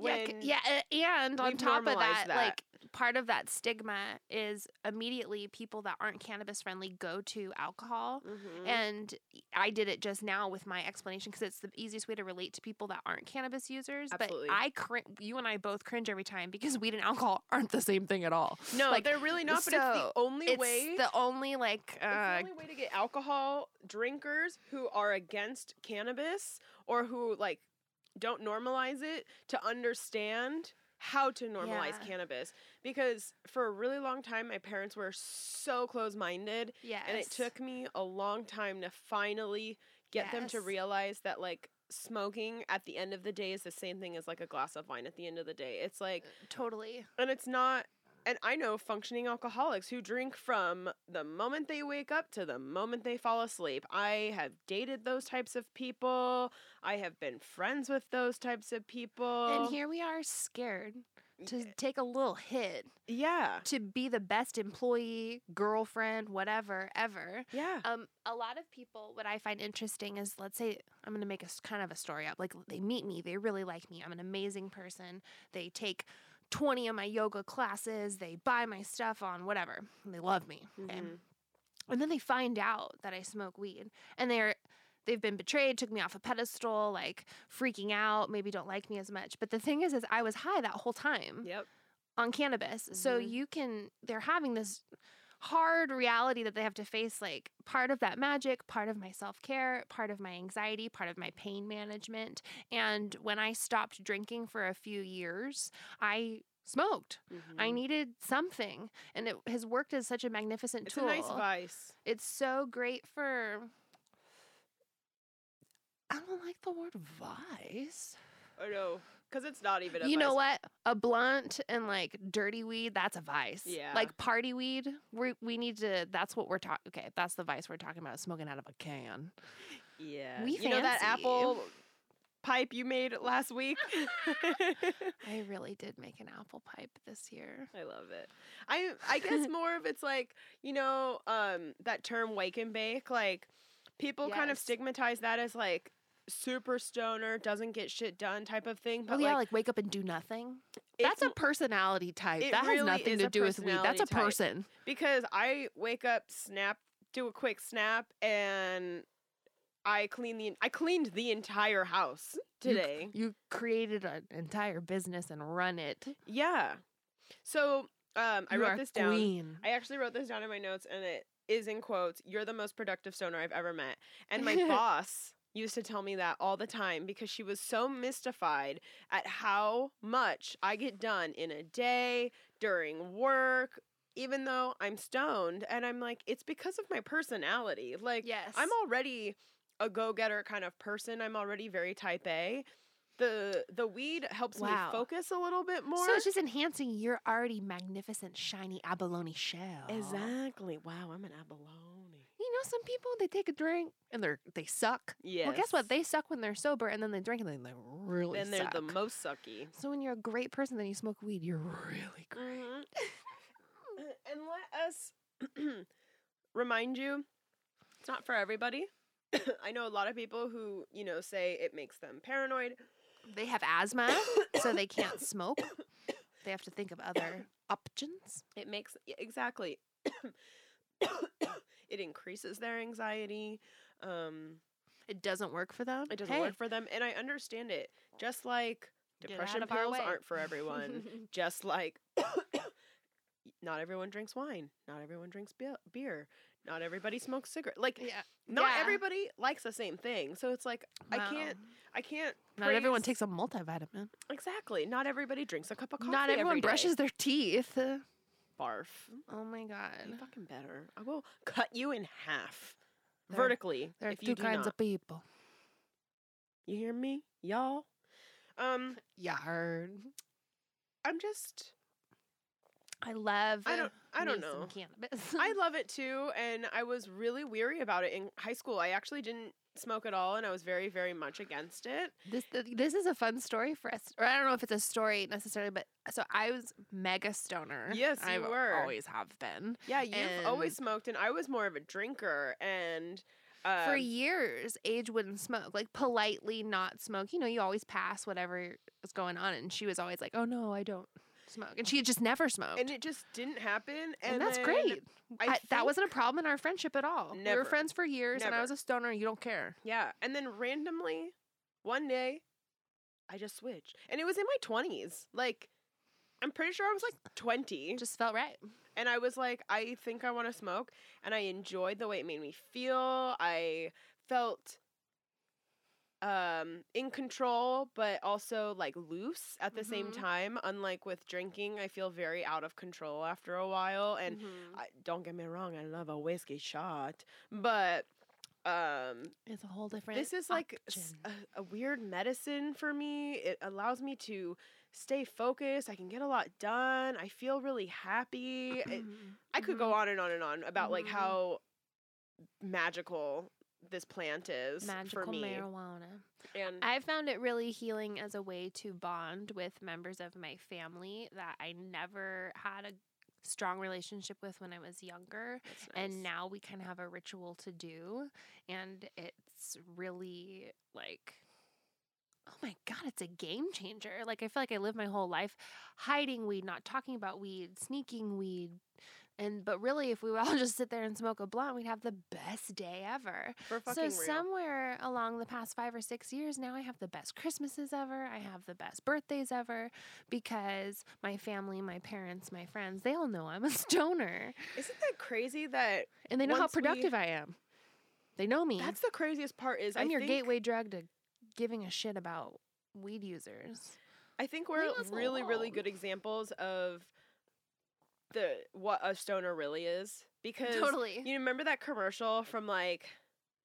[SPEAKER 1] Yeah, c-
[SPEAKER 2] when
[SPEAKER 1] yeah, a- and on
[SPEAKER 2] we've
[SPEAKER 1] top of that,
[SPEAKER 2] normalized that.
[SPEAKER 1] like part of that stigma is immediately people that aren't cannabis friendly go to alcohol.
[SPEAKER 2] Mhm.
[SPEAKER 1] And I did it just now with my explanation because it's the easiest way to relate to people that aren't cannabis users.
[SPEAKER 2] Absolutely.
[SPEAKER 1] But I, cr- you and I both cringe every time because weed and alcohol *laughs* aren't the same thing at all.
[SPEAKER 2] no
[SPEAKER 1] like,
[SPEAKER 2] they're really not but it's the
[SPEAKER 1] so
[SPEAKER 2] only
[SPEAKER 1] it's
[SPEAKER 2] way
[SPEAKER 1] the only like uh,
[SPEAKER 2] it's the only way to get alcohol drinkers who are against cannabis or who like don't normalize it to understand how to normalize
[SPEAKER 1] Yeah.
[SPEAKER 2] cannabis because for a really long time my parents were so close-minded
[SPEAKER 1] yes.
[SPEAKER 2] and it took me a long time to finally get them to
[SPEAKER 1] Yes.
[SPEAKER 2] realize that like smoking at the end of the day is the same thing as like a glass of wine at the end of the day it's like
[SPEAKER 1] totally.
[SPEAKER 2] and it's not and I know functioning alcoholics who drink from the moment they wake up to the moment they fall asleep. I have dated those types of people. I have been friends with those types of people.
[SPEAKER 1] And here we are, scared to take a little hit
[SPEAKER 2] yeah.
[SPEAKER 1] to be the best employee, girlfriend, whatever, ever.
[SPEAKER 2] Yeah.
[SPEAKER 1] Um, a lot of people, what I find interesting is, let's say, I'm going to make a s- kind of a story up. Like, they meet me, they really like me, I'm an amazing person. They take 20 of my yoga classes, they buy my stuff on whatever, and they love me. okay?
[SPEAKER 2] Mhm.
[SPEAKER 1] And then they find out that I smoke weed, and they're they've been betrayed, took me off a pedestal, like freaking out, maybe don't like me as much. But the thing is, is I was high that whole time
[SPEAKER 2] Yep.
[SPEAKER 1] on cannabis. So
[SPEAKER 2] Mhm.
[SPEAKER 1] you can, they're having this hard reality that they have to face like part of that magic, part of my self care, part of my anxiety, part of my pain management. And when I stopped drinking for a few years, I smoked. I
[SPEAKER 2] Mhm.
[SPEAKER 1] needed something. And it has worked as such a magnificent
[SPEAKER 2] it's
[SPEAKER 1] tool.
[SPEAKER 2] a nice vice.
[SPEAKER 1] It's so great for. I don't like the word vice.
[SPEAKER 2] I know. Because it's not even a
[SPEAKER 1] You know
[SPEAKER 2] vice.
[SPEAKER 1] what? A blunt and like dirty weed, that's a vice.
[SPEAKER 2] Yeah.
[SPEAKER 1] Like party weed, we we need to that's what we're talking okay, that's the vice we're talking about, smoking out of a can.
[SPEAKER 2] Yeah.
[SPEAKER 1] We
[SPEAKER 2] you know that
[SPEAKER 1] fancy.
[SPEAKER 2] apple pipe you made last
[SPEAKER 1] *laughs*
[SPEAKER 2] week? *laughs*
[SPEAKER 1] I really did make an apple pipe this year.
[SPEAKER 2] I love it. I I guess
[SPEAKER 1] *laughs*
[SPEAKER 2] more of it's like, you know, um that term wake and bake, like people kind of
[SPEAKER 1] Yes.
[SPEAKER 2] stigmatize that as like super stoner, doesn't get shit done type of thing. But
[SPEAKER 1] oh yeah,
[SPEAKER 2] like,
[SPEAKER 1] like, wake up and do nothing.
[SPEAKER 2] it's
[SPEAKER 1] That's a
[SPEAKER 2] m-
[SPEAKER 1] personality type.
[SPEAKER 2] it
[SPEAKER 1] That has
[SPEAKER 2] really
[SPEAKER 1] nothing
[SPEAKER 2] is
[SPEAKER 1] to
[SPEAKER 2] a
[SPEAKER 1] do with weed. That's
[SPEAKER 2] personality
[SPEAKER 1] a
[SPEAKER 2] type.
[SPEAKER 1] person.
[SPEAKER 2] because I wake up, snap, do a quick snap and I clean the I cleaned the entire house
[SPEAKER 1] You c-
[SPEAKER 2] today.
[SPEAKER 1] You created an entire business and run it.
[SPEAKER 2] yeah. So um I
[SPEAKER 1] You
[SPEAKER 2] wrote
[SPEAKER 1] are
[SPEAKER 2] this down.
[SPEAKER 1] queen.
[SPEAKER 2] I actually wrote this down in my notes and it is in quotes, you're the most productive stoner I've ever met.
[SPEAKER 1] *laughs*
[SPEAKER 2] And my boss used to tell me that all the time because she was so mystified at how much I get done in a day, during work, even though I'm stoned. And I'm like, it's because of my personality. Like,
[SPEAKER 1] yes.
[SPEAKER 2] I'm already a go-getter kind of person. I'm already very type A. The the weed helps
[SPEAKER 1] Wow.
[SPEAKER 2] me focus a little bit more.
[SPEAKER 1] so it's just enhancing your already magnificent shiny abalone shell.
[SPEAKER 2] exactly. Wow, I'm an abalone.
[SPEAKER 1] You know, some people they take a drink and they're they suck.
[SPEAKER 2] Yeah.
[SPEAKER 1] Well, guess what? They suck when they're sober, and then they drink and then they really
[SPEAKER 2] then they're
[SPEAKER 1] suck.
[SPEAKER 2] the most sucky.
[SPEAKER 1] so when you're a great person, then you smoke weed, you're really great.
[SPEAKER 2] Mm-hmm.
[SPEAKER 1] *laughs*
[SPEAKER 2] Uh, Mhm. and let us *clears throat* remind you It's not for everybody. *coughs* I know a lot of people who, you know, say it makes them paranoid. Mm.
[SPEAKER 1] They have asthma, *coughs* so they can't smoke. They have to think of other options.
[SPEAKER 2] *coughs* It makes yeah, exactly. *coughs* it increases their anxiety. Um,
[SPEAKER 1] It doesn't work for them.
[SPEAKER 2] it doesn't
[SPEAKER 1] Hey,
[SPEAKER 2] work for them, and I understand it. Just like
[SPEAKER 1] Get out
[SPEAKER 2] depression
[SPEAKER 1] of our
[SPEAKER 2] pills
[SPEAKER 1] way. *laughs*
[SPEAKER 2] aren't for everyone. Just like not everyone drinks wine, not everyone drinks be- beer, not everybody smokes cigarette. Like
[SPEAKER 1] yeah.
[SPEAKER 2] not
[SPEAKER 1] Yeah.
[SPEAKER 2] everybody likes the same thing. So it's like I
[SPEAKER 1] Wow.
[SPEAKER 2] can't I can't
[SPEAKER 1] Not everyone
[SPEAKER 2] praise-
[SPEAKER 1] takes a multivitamin.
[SPEAKER 2] Exactly. Not everybody drinks a cup of coffee.
[SPEAKER 1] Not everyone
[SPEAKER 2] every day.
[SPEAKER 1] brushes their teeth. Uh,
[SPEAKER 2] barf.
[SPEAKER 1] Oh my
[SPEAKER 2] You
[SPEAKER 1] god.
[SPEAKER 2] fucking better. I will cut you in half.
[SPEAKER 1] There-
[SPEAKER 2] vertically.
[SPEAKER 1] There are
[SPEAKER 2] if
[SPEAKER 1] two
[SPEAKER 2] you do
[SPEAKER 1] kinds
[SPEAKER 2] not.
[SPEAKER 1] of people.
[SPEAKER 2] You hear me? Y'all? Um
[SPEAKER 1] Yard.
[SPEAKER 2] I'm just
[SPEAKER 1] I love.
[SPEAKER 2] I
[SPEAKER 1] uh,
[SPEAKER 2] don't I don't
[SPEAKER 1] me
[SPEAKER 2] know.
[SPEAKER 1] Some cannabis.
[SPEAKER 2] I love it too, and I was really weary about it in high school. I actually didn't smoke at all, and I was very, very much against it.
[SPEAKER 1] *laughs* This th- this is a fun story for us, or I don't know if it's a story necessarily, but so I was mega stoner.
[SPEAKER 2] Yes, you
[SPEAKER 1] I
[SPEAKER 2] were.
[SPEAKER 1] Always have been
[SPEAKER 2] Yeah, you've always
[SPEAKER 1] And-
[SPEAKER 2] smoked, and I was more of a drinker, and um,
[SPEAKER 1] for years. Age wouldn't smoke, like politely not smoke. You know, you always pass whatever is going on, and she was always like, "Oh no, I don't smoke," and she had just never smoked,
[SPEAKER 2] and it just didn't happen. And,
[SPEAKER 1] And that's
[SPEAKER 2] then
[SPEAKER 1] great.
[SPEAKER 2] I
[SPEAKER 1] I- that
[SPEAKER 2] think-
[SPEAKER 1] wasn't a problem in our friendship at all. We
[SPEAKER 2] Never.
[SPEAKER 1] were friends for years, and I
[SPEAKER 2] Never.
[SPEAKER 1] was a stoner. You don't care.
[SPEAKER 2] Yeah, and then randomly, one day, I just switched, and it was in my twenties. Like, I'm pretty sure I was like twenty.
[SPEAKER 1] It just felt right.
[SPEAKER 2] and I was like, I think I want to smoke, and I enjoyed the way it made me feel. I felt um in control but also like loose at the same
[SPEAKER 1] Mhm.
[SPEAKER 2] time unlike with drinking i feel very out of control after a while and
[SPEAKER 1] Mhm.
[SPEAKER 2] I, don't get me wrong i love a whiskey shot but um
[SPEAKER 1] it's a whole different.
[SPEAKER 2] this is like s-
[SPEAKER 1] option.
[SPEAKER 2] a, a weird medicine for me. It allows me to stay focused. I can get a lot done. I feel really happy. uh, It,
[SPEAKER 1] Mm-hmm.
[SPEAKER 2] I could go on and on and on about like
[SPEAKER 1] Mhm.
[SPEAKER 2] how magical this plant is for
[SPEAKER 1] magical
[SPEAKER 2] me.
[SPEAKER 1] marijuana.
[SPEAKER 2] And
[SPEAKER 1] I found it really healing as a way to bond with members of my family that I never had a strong relationship with when I was younger.
[SPEAKER 2] that's
[SPEAKER 1] And
[SPEAKER 2] nice.
[SPEAKER 1] now we kind of have a ritual to do. And it's really like, oh my God, it's a game changer. Like, I feel like I lived my whole life hiding weed, not talking about weed, sneaking weed. And but really, if we would all *laughs* just sit there and smoke a blunt, we'd have the best day ever.
[SPEAKER 2] for
[SPEAKER 1] So
[SPEAKER 2] fucking real.
[SPEAKER 1] somewhere along the past five or six years, now I have the best Christmases ever. I have the best birthdays ever because my family, my parents, my friends, they all know I'm a *laughs* stoner,
[SPEAKER 2] Isn't that crazy that
[SPEAKER 1] and they know how
[SPEAKER 2] Once we-
[SPEAKER 1] productive I am. They know me.
[SPEAKER 2] that's the craziest part is I
[SPEAKER 1] I'm your
[SPEAKER 2] think-
[SPEAKER 1] gateway drug to giving a shit about weed users.
[SPEAKER 2] I think we're
[SPEAKER 1] us
[SPEAKER 2] really, really
[SPEAKER 1] alone.
[SPEAKER 2] good examples of the what a stoner really is. Because
[SPEAKER 1] Totally.
[SPEAKER 2] you remember that commercial from like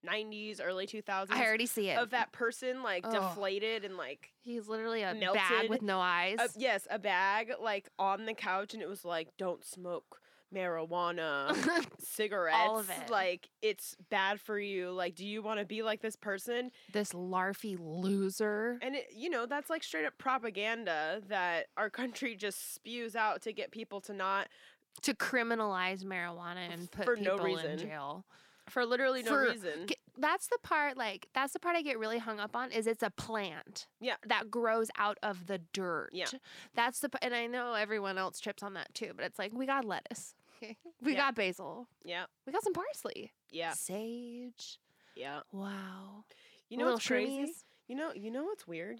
[SPEAKER 2] nineties, early two thousands
[SPEAKER 1] I already see it.
[SPEAKER 2] of that person like
[SPEAKER 1] Ugh.
[SPEAKER 2] deflated and like
[SPEAKER 1] He's literally a bag
[SPEAKER 2] melted
[SPEAKER 1] with no eyes.
[SPEAKER 2] a, yes, a bag like on the couch and it was like, Don't smoke
[SPEAKER 1] *laughs*
[SPEAKER 2] marijuana, cigarettes.
[SPEAKER 1] it.
[SPEAKER 2] Like it's bad for you. Like, do you wanna be like this person?
[SPEAKER 1] this larfy loser.
[SPEAKER 2] And it, you know, that's like straight up propaganda that our *laughs* country just spews out to get people to not
[SPEAKER 1] to criminalize marijuana and put
[SPEAKER 2] For no
[SPEAKER 1] people
[SPEAKER 2] reason.
[SPEAKER 1] in jail.
[SPEAKER 2] for literally no
[SPEAKER 1] For-
[SPEAKER 2] reason.
[SPEAKER 1] G- That's the part like that's the part I get really hung up on is it's a plant.
[SPEAKER 2] Yeah.
[SPEAKER 1] That grows out of the dirt.
[SPEAKER 2] Yeah.
[SPEAKER 1] That's the p- and I know everyone else trips on that too, but it's like we got lettuce. Okay. *laughs* We
[SPEAKER 2] Yeah.
[SPEAKER 1] got basil.
[SPEAKER 2] yeah,
[SPEAKER 1] We got some parsley.
[SPEAKER 2] yeah,
[SPEAKER 1] Sage.
[SPEAKER 2] yeah.
[SPEAKER 1] Wow.
[SPEAKER 2] You know
[SPEAKER 1] Little
[SPEAKER 2] what's crazy?
[SPEAKER 1] shroomies.
[SPEAKER 2] You know, you know what's weird?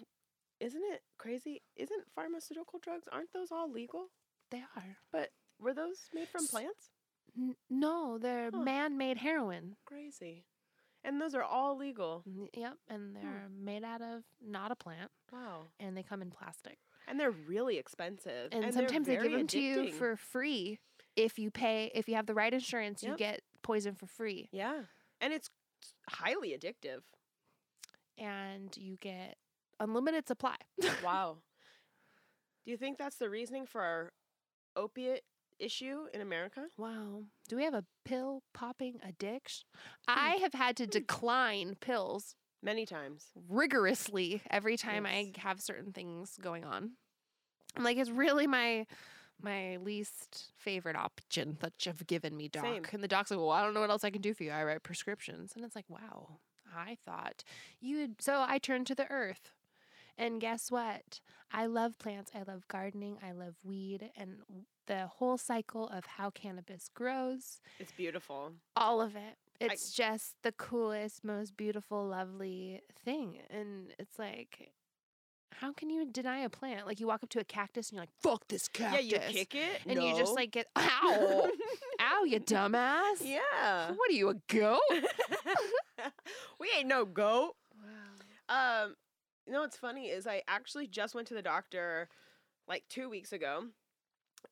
[SPEAKER 2] Isn't it crazy? Isn't pharmaceutical drugs aren't those all legal?
[SPEAKER 1] They are.
[SPEAKER 2] Were those made from
[SPEAKER 1] S-
[SPEAKER 2] plants?
[SPEAKER 1] N- no, they're
[SPEAKER 2] Huh.
[SPEAKER 1] man-made heroin.
[SPEAKER 2] Crazy. And those are all legal.
[SPEAKER 1] N- Yep,
[SPEAKER 2] Hmm.
[SPEAKER 1] and they're made out of not a plant
[SPEAKER 2] Wow.
[SPEAKER 1] and they come in plastic.
[SPEAKER 2] And they're really expensive.
[SPEAKER 1] and,
[SPEAKER 2] they're
[SPEAKER 1] sometimes they give
[SPEAKER 2] very
[SPEAKER 1] them to you
[SPEAKER 2] addicting.
[SPEAKER 1] for free if you pay if you have the right insurance you
[SPEAKER 2] Yep.
[SPEAKER 1] get poison for free
[SPEAKER 2] Yeah. And it's highly
[SPEAKER 1] *laughs*
[SPEAKER 2] addictive.
[SPEAKER 1] and you get unlimited supply
[SPEAKER 2] wow. Do you think that's the reasoning for our opiate issue in America?
[SPEAKER 1] wow do we have a pill popping addiction
[SPEAKER 2] Hmm.
[SPEAKER 1] i have had to decline pills
[SPEAKER 2] Many times.
[SPEAKER 1] rigorously every time i
[SPEAKER 2] Yes.
[SPEAKER 1] have certain things going on i'm like it's really my my least favorite option that you've given me, doc.
[SPEAKER 2] Same.
[SPEAKER 1] And the doc's like, well, I don't know what else I can do for you. I write prescriptions. And it's like, wow, I thought you would. So I turned to the earth. And guess what? I love plants. I love gardening. I love weed and the whole cycle of how cannabis grows,
[SPEAKER 2] It's beautiful.
[SPEAKER 1] all of it. It's just the coolest, most beautiful, lovely thing. And it's like, how can you deny a plant? Like you walk up to a cactus and you're like, fuck this cactus.
[SPEAKER 2] Yeah, you kick it
[SPEAKER 1] and you just
[SPEAKER 2] No. *laughs*
[SPEAKER 1] like get ow, ow, you dumbass.
[SPEAKER 2] yeah. *laughs*
[SPEAKER 1] What are you a goat?
[SPEAKER 2] we ain't no goat.
[SPEAKER 1] Wow.
[SPEAKER 2] Um, you know what's funny is I actually just went to the doctor like two weeks ago,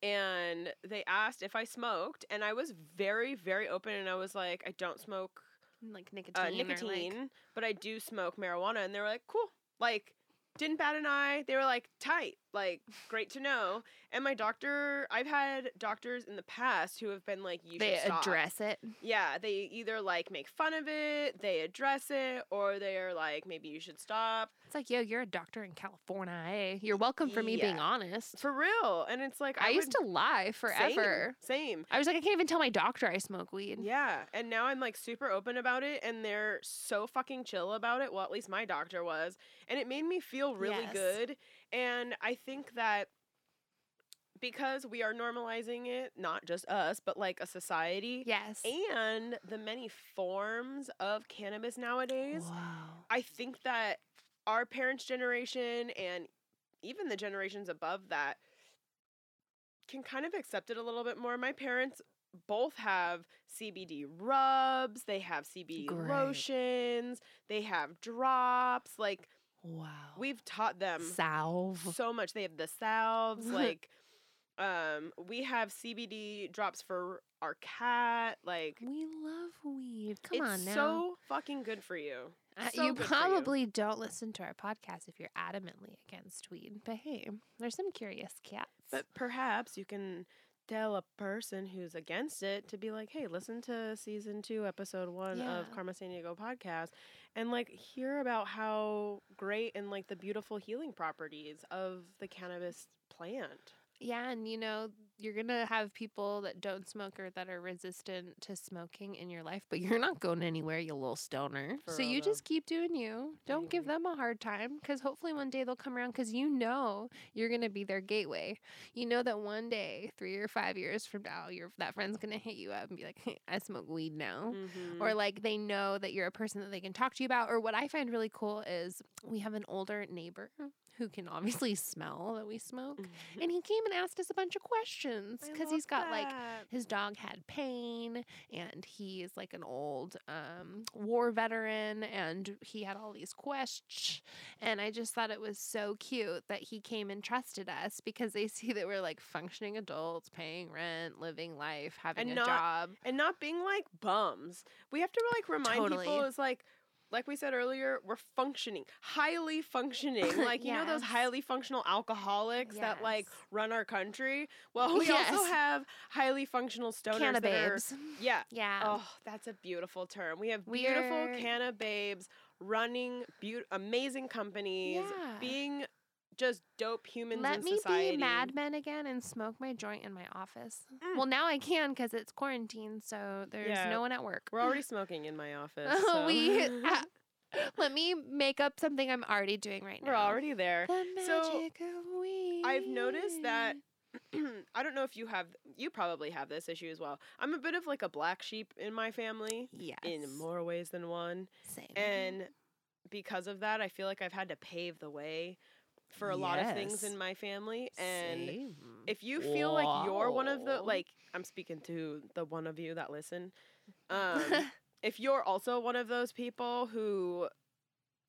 [SPEAKER 2] and they asked if I smoked, and I was very, very open, and I was like, I don't smoke
[SPEAKER 1] Like nicotine.
[SPEAKER 2] uh,
[SPEAKER 1] or, like-
[SPEAKER 2] nicotine, but I do smoke marijuana, and they were like, cool, like. Didn't bat an eye. They were like, tight, like, great to know. And my doctor, I've had doctors in the past who have been like, you
[SPEAKER 1] they
[SPEAKER 2] should stop.
[SPEAKER 1] address it.
[SPEAKER 2] Yeah, they either like make fun of it, they address it, or they are like, maybe you should stop.
[SPEAKER 1] It's like, yo, you're a doctor in California. eh? You're welcome for me being
[SPEAKER 2] Yeah.
[SPEAKER 1] honest.
[SPEAKER 2] For real. And it's like,
[SPEAKER 1] I,
[SPEAKER 2] I,
[SPEAKER 1] used to lie forever.
[SPEAKER 2] Same.
[SPEAKER 1] I was like, I can't even tell my doctor I smoke weed.
[SPEAKER 2] same. Yeah. And now I'm like super open about it, and they're so fucking chill about it. Well, at least my doctor was. And it made me feel really
[SPEAKER 1] Yes.
[SPEAKER 2] good. And I think that because we are normalizing it, not just us, but like a society.
[SPEAKER 1] Yes.
[SPEAKER 2] And the many forms of cannabis nowadays,
[SPEAKER 1] Wow.
[SPEAKER 2] I think that our parents' generation and even the generations above that can kind of accept it a little bit more. My parents both have CBD rubs, they have CBD
[SPEAKER 1] Great.
[SPEAKER 2] lotions, they have drops. Like
[SPEAKER 1] Wow.
[SPEAKER 2] we've taught them
[SPEAKER 1] Oh, salve.
[SPEAKER 2] um, so much. They have
[SPEAKER 1] *laughs*
[SPEAKER 2] the salves, like um we have CBD drops for our cat, like
[SPEAKER 1] We love weed. Come
[SPEAKER 2] it's
[SPEAKER 1] on now.
[SPEAKER 2] so fucking good for you.
[SPEAKER 1] Uh,
[SPEAKER 2] so
[SPEAKER 1] you
[SPEAKER 2] good for you.
[SPEAKER 1] probably don't listen to our podcast if you're adamantly against weed. But hey, there's some curious cats.
[SPEAKER 2] But perhaps you can tell a person who's against it to be like, hey, listen to season two, episode one of
[SPEAKER 1] Yeah.
[SPEAKER 2] Karma San Diego podcast and like hear about how great and like the beautiful healing properties of the cannabis plant.
[SPEAKER 1] yeah, and you know, you're going to have people that don't smoke or that are resistant to smoking in your life, but you're not going anywhere, you little stoner.
[SPEAKER 2] For
[SPEAKER 1] so
[SPEAKER 2] real,
[SPEAKER 1] you
[SPEAKER 2] though.
[SPEAKER 1] just keep doing you. Don't give
[SPEAKER 2] agree.
[SPEAKER 1] them a hard time because hopefully one day they'll come around because you know you're going to be their gateway. You know that one day, three or five years from now, your that friend's going to hit you up and be like, hey, I smoke weed now.
[SPEAKER 2] Mhm.
[SPEAKER 1] Oh, or like they know that you're a person that they can talk to you about. Or what I find really cool is we have an older neighbor who can obviously smell that we smoke, and he came and asked us a bunch of questions
[SPEAKER 2] Mm-hmm. I
[SPEAKER 1] because
[SPEAKER 2] love
[SPEAKER 1] he's got like
[SPEAKER 2] that.
[SPEAKER 1] his dog had pain and he's like an old um, war veteran and he had all these questions and i just thought it was so cute that he came and trusted us because they *laughs* see that we're like functioning adults paying rent living life having
[SPEAKER 2] And
[SPEAKER 1] a
[SPEAKER 2] not-
[SPEAKER 1] job
[SPEAKER 2] and not being like bums. We have to like remind people
[SPEAKER 1] Totally.
[SPEAKER 2] is like like we said earlier, we're functioning,
[SPEAKER 1] *laughs*
[SPEAKER 2] highly functioning. Like you know those
[SPEAKER 1] Yes.
[SPEAKER 2] highly functional alcoholics that like
[SPEAKER 1] Yes.
[SPEAKER 2] run our country. Well, we also
[SPEAKER 1] Yes.
[SPEAKER 2] have highly functional stoners that are
[SPEAKER 1] cannababes
[SPEAKER 2] yeah.
[SPEAKER 1] yeah
[SPEAKER 2] Oh, that's a beautiful term. We have beautiful
[SPEAKER 1] We're-
[SPEAKER 2] canna babes running beaut- amazing companies,
[SPEAKER 1] Yeah.
[SPEAKER 2] being just dope humans
[SPEAKER 1] Let
[SPEAKER 2] in
[SPEAKER 1] me
[SPEAKER 2] society.
[SPEAKER 1] be a madman again and smoke my joint in my office.
[SPEAKER 2] Mm.
[SPEAKER 1] Well, now I can because it's quarantine, so there's
[SPEAKER 2] Yeah.
[SPEAKER 1] no one at work.
[SPEAKER 2] We're
[SPEAKER 1] *laughs*
[SPEAKER 2] already smoking in my office. so-
[SPEAKER 1] we *laughs* ah, let me make up something I'm already doing right now.
[SPEAKER 2] *laughs* we're already there.
[SPEAKER 1] the
[SPEAKER 2] So,
[SPEAKER 1] magic of weed.
[SPEAKER 2] I've noticed that- *clears throat* I don't know if you have you probably have this issue as well. I'm a bit of like a black sheep in my family
[SPEAKER 1] yes, Mm-hmm.
[SPEAKER 2] in more ways than one.
[SPEAKER 1] same
[SPEAKER 2] And because of that, I feel like I've had to pave the way for a lot of things
[SPEAKER 1] Yes.
[SPEAKER 2] in my family and
[SPEAKER 1] Same.
[SPEAKER 2] if you feel like you're one of the
[SPEAKER 1] Wow. *laughs*
[SPEAKER 2] like I'm speaking to the one of you that listen. Um if you're also one of those people who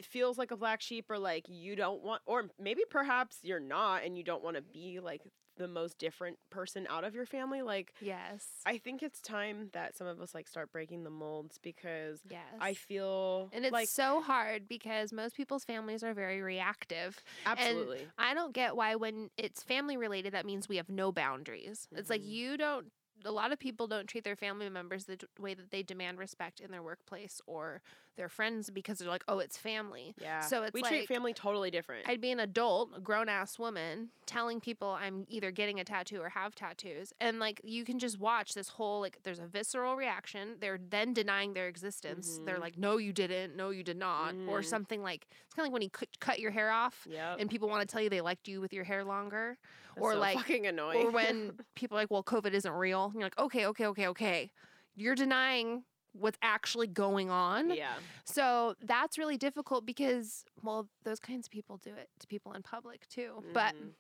[SPEAKER 2] feels like a black sheep or like you don't want or maybe perhaps you're not and you don't want to be like the most different person out of your family like
[SPEAKER 1] yes,
[SPEAKER 2] i think it's time that some of us like start breaking the molds because
[SPEAKER 1] yes,
[SPEAKER 2] i feel
[SPEAKER 1] and it's
[SPEAKER 2] like
[SPEAKER 1] so hard because most people's families are very reactive.
[SPEAKER 2] absolutely
[SPEAKER 1] I don't get why when it's family related that means we have no boundaries. It's like
[SPEAKER 2] Mhm.
[SPEAKER 1] you don't a lot of people don't treat their family members the d- way that they demand respect in their workplace or their friends because they're like, oh, it's family.
[SPEAKER 2] Yeah.
[SPEAKER 1] So it's
[SPEAKER 2] we
[SPEAKER 1] like-
[SPEAKER 2] treat family totally different.
[SPEAKER 1] I'd be an adult, a grown ass woman, telling people I'm either getting a tattoo or have tattoos. And like you can just watch this whole like there's a visceral reaction. They're then denying their existence. They're
[SPEAKER 2] Mhm.
[SPEAKER 1] like, no, you didn't. No, you did not. Or
[SPEAKER 2] Mm.
[SPEAKER 1] something like it's kind of like when you cut, cut your hair off
[SPEAKER 2] yep.
[SPEAKER 1] and people want to tell you they liked you with your hair longer.
[SPEAKER 2] Uh, That's
[SPEAKER 1] or
[SPEAKER 2] so
[SPEAKER 1] like-
[SPEAKER 2] fucking annoying.
[SPEAKER 1] Or when people are like, well, COVID isn't real. And you're like, okay, okay, okay, okay. You're denying what's actually going on.
[SPEAKER 2] *laughs* yeah.
[SPEAKER 1] So that's really difficult because, well, those kinds of people do it to people in public too. But
[SPEAKER 2] Mhm.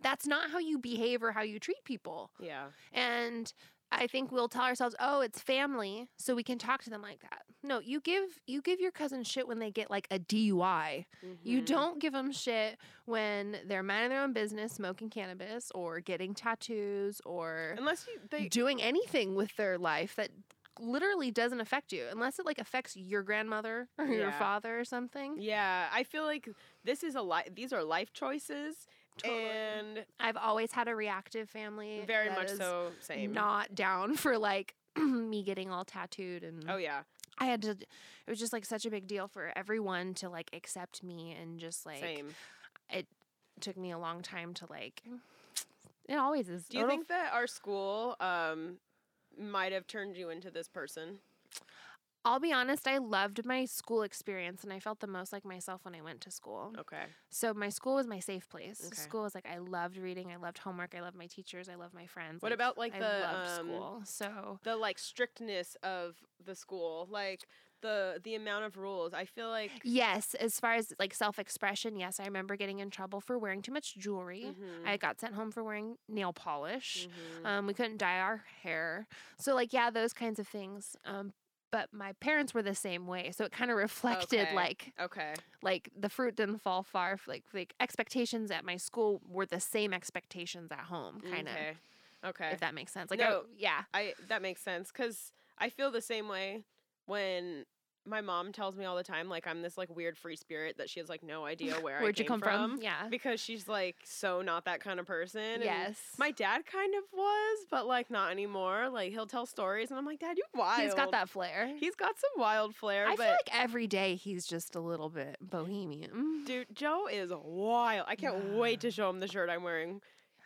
[SPEAKER 1] that's not how you behave or how you treat people.
[SPEAKER 2] yeah.
[SPEAKER 1] And I think we'll tell ourselves, "Oh, it's family," so we can talk to them like that. No, you give you give your cousin shit when they get like a DUI. You
[SPEAKER 2] Mhm.
[SPEAKER 1] don't give them shit when they're minding their own business, smoking cannabis or getting tattoos or
[SPEAKER 2] Unless you they
[SPEAKER 1] doing anything with their life that literally doesn't affect you unless it like affects your grandmother or your
[SPEAKER 2] Yeah.
[SPEAKER 1] father or something.
[SPEAKER 2] Yeah, I feel like this is a li- these are life choices
[SPEAKER 1] Totally.
[SPEAKER 2] and
[SPEAKER 1] I've always had a reactive family.
[SPEAKER 2] very
[SPEAKER 1] that
[SPEAKER 2] much
[SPEAKER 1] is
[SPEAKER 2] so same.
[SPEAKER 1] Not down *laughs* for like *clears throat* me getting all tattooed and
[SPEAKER 2] oh yeah,
[SPEAKER 1] I had to it was just like such a big deal for everyone to like accept me and just like
[SPEAKER 2] same.
[SPEAKER 1] took me a long time to like it always is.
[SPEAKER 2] Do you
[SPEAKER 1] It'll-
[SPEAKER 2] think that our school um might have turned you into this person?
[SPEAKER 1] I'll be honest, I loved my school experience and I felt the most like myself when I went to school.
[SPEAKER 2] Okay.
[SPEAKER 1] So my school was my safe place.
[SPEAKER 2] Okay.
[SPEAKER 1] School was like I loved reading, I loved homework, I loved my teachers, I loved my friends.
[SPEAKER 2] What about, like,
[SPEAKER 1] I
[SPEAKER 2] the,
[SPEAKER 1] loved
[SPEAKER 2] um,
[SPEAKER 1] school? So
[SPEAKER 2] The like strictness of the school, like the the amount of rules. I feel like
[SPEAKER 1] yes, as far as like self expression, yes, I remember getting in trouble for wearing too much jewelry.
[SPEAKER 2] Mhm,
[SPEAKER 1] I got sent home for wearing nail polish.
[SPEAKER 2] mhm.
[SPEAKER 1] Um, we couldn't dye our hair. So like yeah, those kinds of things. Um, but my parents were the same way, so it kind of reflected
[SPEAKER 2] Okay.
[SPEAKER 1] like
[SPEAKER 2] okay.
[SPEAKER 1] like the fruit didn't fall far. f- Like like expectations at my school were the same expectations at home, kind of.
[SPEAKER 2] Mm, Okay. Mm-hmm. Okay.
[SPEAKER 1] If that makes sense, like I-
[SPEAKER 2] No.
[SPEAKER 1] yeah,
[SPEAKER 2] I that makes sense because I feel the same way when my mom tells me all the time like I'm this like weird free spirit that she has like no
[SPEAKER 1] *laughs*
[SPEAKER 2] idea where I
[SPEAKER 1] Where'd
[SPEAKER 2] came
[SPEAKER 1] you come from? Yeah.
[SPEAKER 2] because she's like so not that kind of person. and
[SPEAKER 1] yes.
[SPEAKER 2] my dad kind of was, but like not anymore. Like he'll tell stories and I'm like, Dad, you wild.
[SPEAKER 1] he's got that flair.
[SPEAKER 2] He's got some wild flair,
[SPEAKER 1] I
[SPEAKER 2] but
[SPEAKER 1] feel like every day he's just a little bit bohemian.
[SPEAKER 2] dude, Joe is wild. I can't wait to show him the shirt I'm wearing.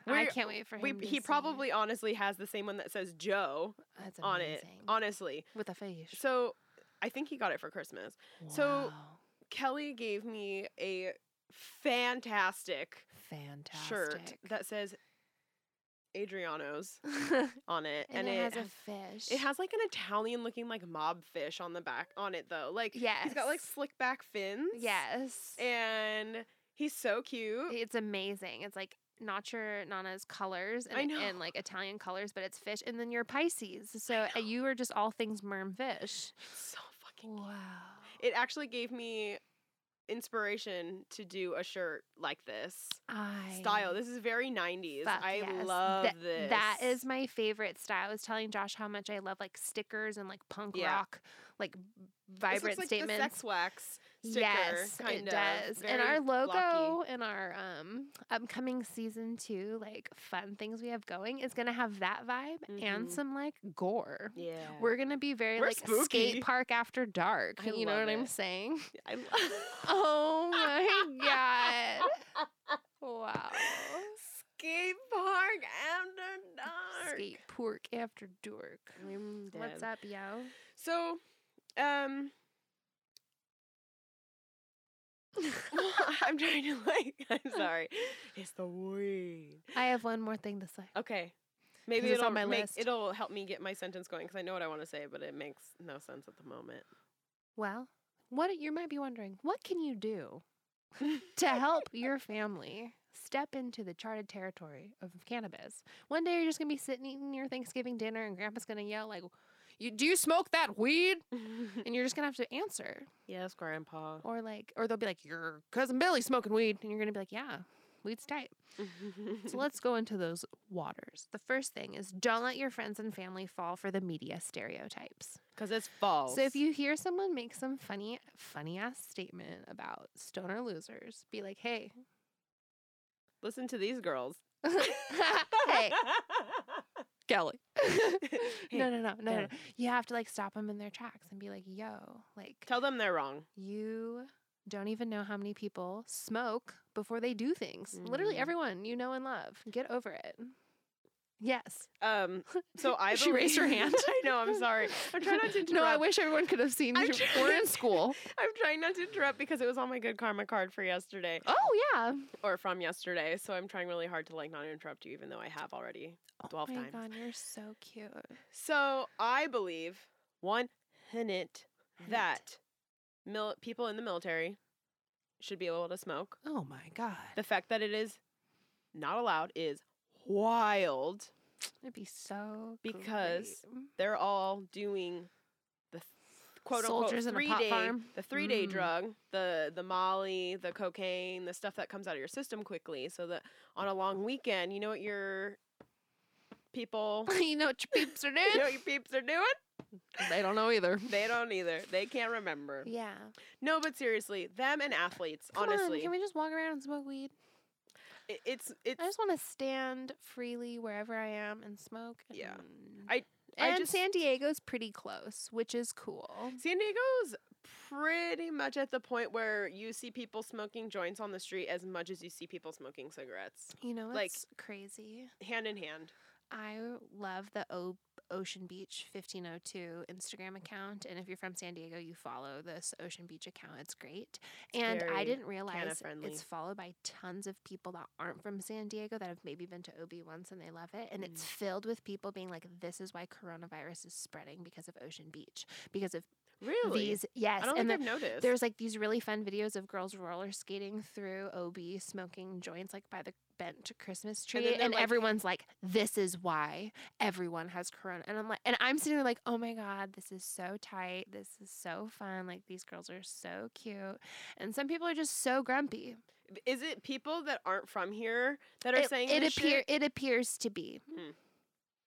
[SPEAKER 1] I
[SPEAKER 2] we're-
[SPEAKER 1] can't wait for him.
[SPEAKER 2] We,
[SPEAKER 1] to see Mm.
[SPEAKER 2] he
[SPEAKER 1] it.
[SPEAKER 2] probably honestly has the same one that says Joe
[SPEAKER 1] That's
[SPEAKER 2] on it.
[SPEAKER 1] amazing.
[SPEAKER 2] Honestly.
[SPEAKER 1] with a face.
[SPEAKER 2] So I think he got it for Christmas. so-
[SPEAKER 1] Wow.
[SPEAKER 2] Kelly gave me a fantastic,
[SPEAKER 1] fantastic
[SPEAKER 2] shirt that says
[SPEAKER 1] *laughs*
[SPEAKER 2] Adriano's
[SPEAKER 1] and,
[SPEAKER 2] on it,
[SPEAKER 1] it, has
[SPEAKER 2] has,
[SPEAKER 1] a fish.
[SPEAKER 2] it has like an Italian looking like mob fish on the back on it though. Like he's got like
[SPEAKER 1] Yes.
[SPEAKER 2] slick back fins.
[SPEAKER 1] yes.
[SPEAKER 2] and he's so cute.
[SPEAKER 1] it's amazing. It's like not your Nana's colors and,
[SPEAKER 2] I know.
[SPEAKER 1] and like Italian colors, but it's fish. And then you're Pisces, so uh, you are just all things merm fish.
[SPEAKER 2] It's so fucking.
[SPEAKER 1] Wow.
[SPEAKER 2] It actually gave me inspiration to do a shirt like this
[SPEAKER 1] I
[SPEAKER 2] style. This is very 90s.
[SPEAKER 1] Fuck
[SPEAKER 2] I
[SPEAKER 1] yes.
[SPEAKER 2] love
[SPEAKER 1] Th-
[SPEAKER 2] this.
[SPEAKER 1] That is my favorite style. I was telling Josh how much I love like stickers and like punk
[SPEAKER 2] Yeah.
[SPEAKER 1] rock, like b-
[SPEAKER 2] This
[SPEAKER 1] vibrant
[SPEAKER 2] looks like The
[SPEAKER 1] statements.
[SPEAKER 2] sex wax sticker.
[SPEAKER 1] yes,
[SPEAKER 2] kind
[SPEAKER 1] it
[SPEAKER 2] of.
[SPEAKER 1] does. and
[SPEAKER 2] Very
[SPEAKER 1] our
[SPEAKER 2] blocky.
[SPEAKER 1] logo and our um upcoming season two, like fun things we have going, is gonna have that vibe and
[SPEAKER 2] Mhm.
[SPEAKER 1] some like gore.
[SPEAKER 2] Yeah.
[SPEAKER 1] We're gonna be very
[SPEAKER 2] We're
[SPEAKER 1] like
[SPEAKER 2] spooky.
[SPEAKER 1] skate park after dark.
[SPEAKER 2] I
[SPEAKER 1] you know
[SPEAKER 2] love
[SPEAKER 1] what I'm
[SPEAKER 2] it. *laughs*
[SPEAKER 1] saying?
[SPEAKER 2] I lo-
[SPEAKER 1] Oh my god! Wow.
[SPEAKER 2] *laughs* Skate park after dark.
[SPEAKER 1] Skate pork after dark.
[SPEAKER 2] I'm
[SPEAKER 1] What's
[SPEAKER 2] Mm, dead.
[SPEAKER 1] up, yo?
[SPEAKER 2] So, um, *laughs* I'm trying to like. *laughs* I'm sorry. It's the weed.
[SPEAKER 1] I have one more thing to say.
[SPEAKER 2] Okay. Maybe
[SPEAKER 1] it's on
[SPEAKER 2] it'll
[SPEAKER 1] my
[SPEAKER 2] make,
[SPEAKER 1] list.
[SPEAKER 2] it'll help me get my sentence going because I know what I want to say, but it makes no sense at
[SPEAKER 1] *laughs*
[SPEAKER 2] the moment.
[SPEAKER 1] Well, what you might be wondering, what can you *laughs* do to help your family step into the charted territory of cannabis? One day you're just gonna be sitting eating your Thanksgiving dinner, and Grandpa's gonna yell like, "You do you smoke that weed?" And you're just gonna have to answer, *laughs*
[SPEAKER 2] yes, Grandpa. *laughs*
[SPEAKER 1] or like, or they'll be like, "Your cousin Billy's smoking weed," and you're gonna be like, "Yeah, weed's tight." So
[SPEAKER 2] *laughs*
[SPEAKER 1] let's go into those waters. The first thing is don't let your friends and family fall for the media stereotypes.
[SPEAKER 2] Because it's false.
[SPEAKER 1] So if you hear someone make some funny, funny ass statement about stoner losers, be like, "Hey, *laughs*
[SPEAKER 2] listen to these girls.
[SPEAKER 1] hey, Kelly.
[SPEAKER 2] Hey,
[SPEAKER 1] *laughs* no, no, no, no, no,
[SPEAKER 2] Kelly.
[SPEAKER 1] no. You have to like stop them in their tracks and be like, yo, like
[SPEAKER 2] *laughs* Tell them they're wrong.
[SPEAKER 1] you don't even know how many people smoke before they do things. Literally
[SPEAKER 2] Mm.
[SPEAKER 1] everyone you know and love. Get over it. Yes.
[SPEAKER 2] Um, *laughs* so I
[SPEAKER 1] She raised her
[SPEAKER 2] believe-
[SPEAKER 1] hand.
[SPEAKER 2] *laughs* I know.
[SPEAKER 1] *laughs*
[SPEAKER 2] I'm sorry. I'm trying not to
[SPEAKER 1] *laughs*
[SPEAKER 2] interrupt.
[SPEAKER 1] No,
[SPEAKER 2] *laughs*
[SPEAKER 1] I wish everyone could have seen
[SPEAKER 2] I'm
[SPEAKER 1] you. We're in
[SPEAKER 2] trying- *laughs*
[SPEAKER 1] school.
[SPEAKER 2] I'm trying not to interrupt because it was on my good karma card for yesterday
[SPEAKER 1] Oh yeah.
[SPEAKER 2] or from yesterday. So I'm trying really hard to like not interrupt you, even though I have already.
[SPEAKER 1] Oh
[SPEAKER 2] 12
[SPEAKER 1] my
[SPEAKER 2] times.
[SPEAKER 1] god, you're so cute.
[SPEAKER 2] So I believe one minute that mil- people in the military should be able to smoke.
[SPEAKER 1] Oh my god.
[SPEAKER 2] The fact that it is not allowed is wild.
[SPEAKER 1] It'd be so
[SPEAKER 2] Because
[SPEAKER 1] great.
[SPEAKER 2] They're all doing the th- quote
[SPEAKER 1] Soldiers in a
[SPEAKER 2] unquote three
[SPEAKER 1] pot
[SPEAKER 2] day
[SPEAKER 1] farm.
[SPEAKER 2] the three day
[SPEAKER 1] Mm.
[SPEAKER 2] drug the the Molly the cocaine the stuff that comes out of your system quickly. So that on a long weekend, you know what your people.
[SPEAKER 1] you know *laughs* what your peeps are
[SPEAKER 2] *laughs* You know what
[SPEAKER 1] doing?
[SPEAKER 2] your peeps are doing?
[SPEAKER 1] they don't know either.
[SPEAKER 2] They don't either. They can't remember.
[SPEAKER 1] Yeah.
[SPEAKER 2] No, but seriously, them and athletes,
[SPEAKER 1] Come
[SPEAKER 2] honestly,
[SPEAKER 1] on, can we just walk around and smoke weed?
[SPEAKER 2] i- it's it's
[SPEAKER 1] I just want to stand freely wherever I am and smoke. And,
[SPEAKER 2] Yeah. I- I
[SPEAKER 1] and
[SPEAKER 2] just-
[SPEAKER 1] San Diego's pretty close, which is cool.
[SPEAKER 2] San Diego's pretty much at the point where you see people smoking joints on the street as much as you see people smoking cigarettes,
[SPEAKER 1] You know,
[SPEAKER 2] Like-
[SPEAKER 1] it's crazy.
[SPEAKER 2] hand in hand.
[SPEAKER 1] I love the o- Ocean Beach 1502 Instagram account, and if you're from San Diego, you follow this Ocean Beach account. It's great. and I
[SPEAKER 2] very
[SPEAKER 1] didn't realize
[SPEAKER 2] friendly.
[SPEAKER 1] it's followed by tons of people that aren't from San Diego that have maybe been to OB once and they love it. And it's filled with people being like, "This is why coronavirus is spreading because of Ocean Beach, because of
[SPEAKER 2] Really,
[SPEAKER 1] these." Yes,
[SPEAKER 2] I don't
[SPEAKER 1] and
[SPEAKER 2] think
[SPEAKER 1] the-
[SPEAKER 2] I've noticed.
[SPEAKER 1] there's like these really fun videos of girls roller skating through OB, smoking joints like by the bent Christmas
[SPEAKER 2] And
[SPEAKER 1] tree,
[SPEAKER 2] then
[SPEAKER 1] and,
[SPEAKER 2] they're like-
[SPEAKER 1] everyone's like, "This is why everyone has corona." And I'm like, and I'm sitting there like, "Oh my god, this is so tight. This is so fun. Like these girls are so cute." And some people are just so grumpy.
[SPEAKER 2] is it people that aren't from here that are
[SPEAKER 1] it
[SPEAKER 2] saying
[SPEAKER 1] it
[SPEAKER 2] this
[SPEAKER 1] appear
[SPEAKER 2] shit?
[SPEAKER 1] it appears to be,
[SPEAKER 2] Hmm.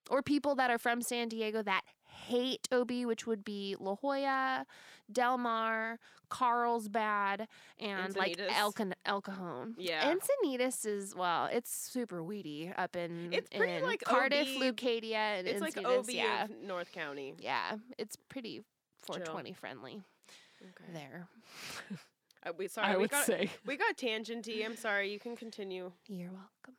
[SPEAKER 1] or people that are from San Diego that hate OB, which would be La Jolla, Del Mar, Carlsbad, and like
[SPEAKER 2] Encinitas.
[SPEAKER 1] El, Can- El Cajon.
[SPEAKER 2] Yeah.
[SPEAKER 1] Encinitas is well, it's super weedy up in
[SPEAKER 2] It's pretty
[SPEAKER 1] in
[SPEAKER 2] like
[SPEAKER 1] Cardiff,
[SPEAKER 2] OB
[SPEAKER 1] Lucadia, and
[SPEAKER 2] It's like
[SPEAKER 1] Encinitas,
[SPEAKER 2] OB
[SPEAKER 1] Yeah,
[SPEAKER 2] of North County.
[SPEAKER 1] yeah, it's pretty 420 friendly
[SPEAKER 2] Okay.
[SPEAKER 1] there.
[SPEAKER 2] Uh, we sorry. we got
[SPEAKER 1] say *laughs*
[SPEAKER 2] we got tangenty. I'm sorry. You can continue.
[SPEAKER 1] you're welcome.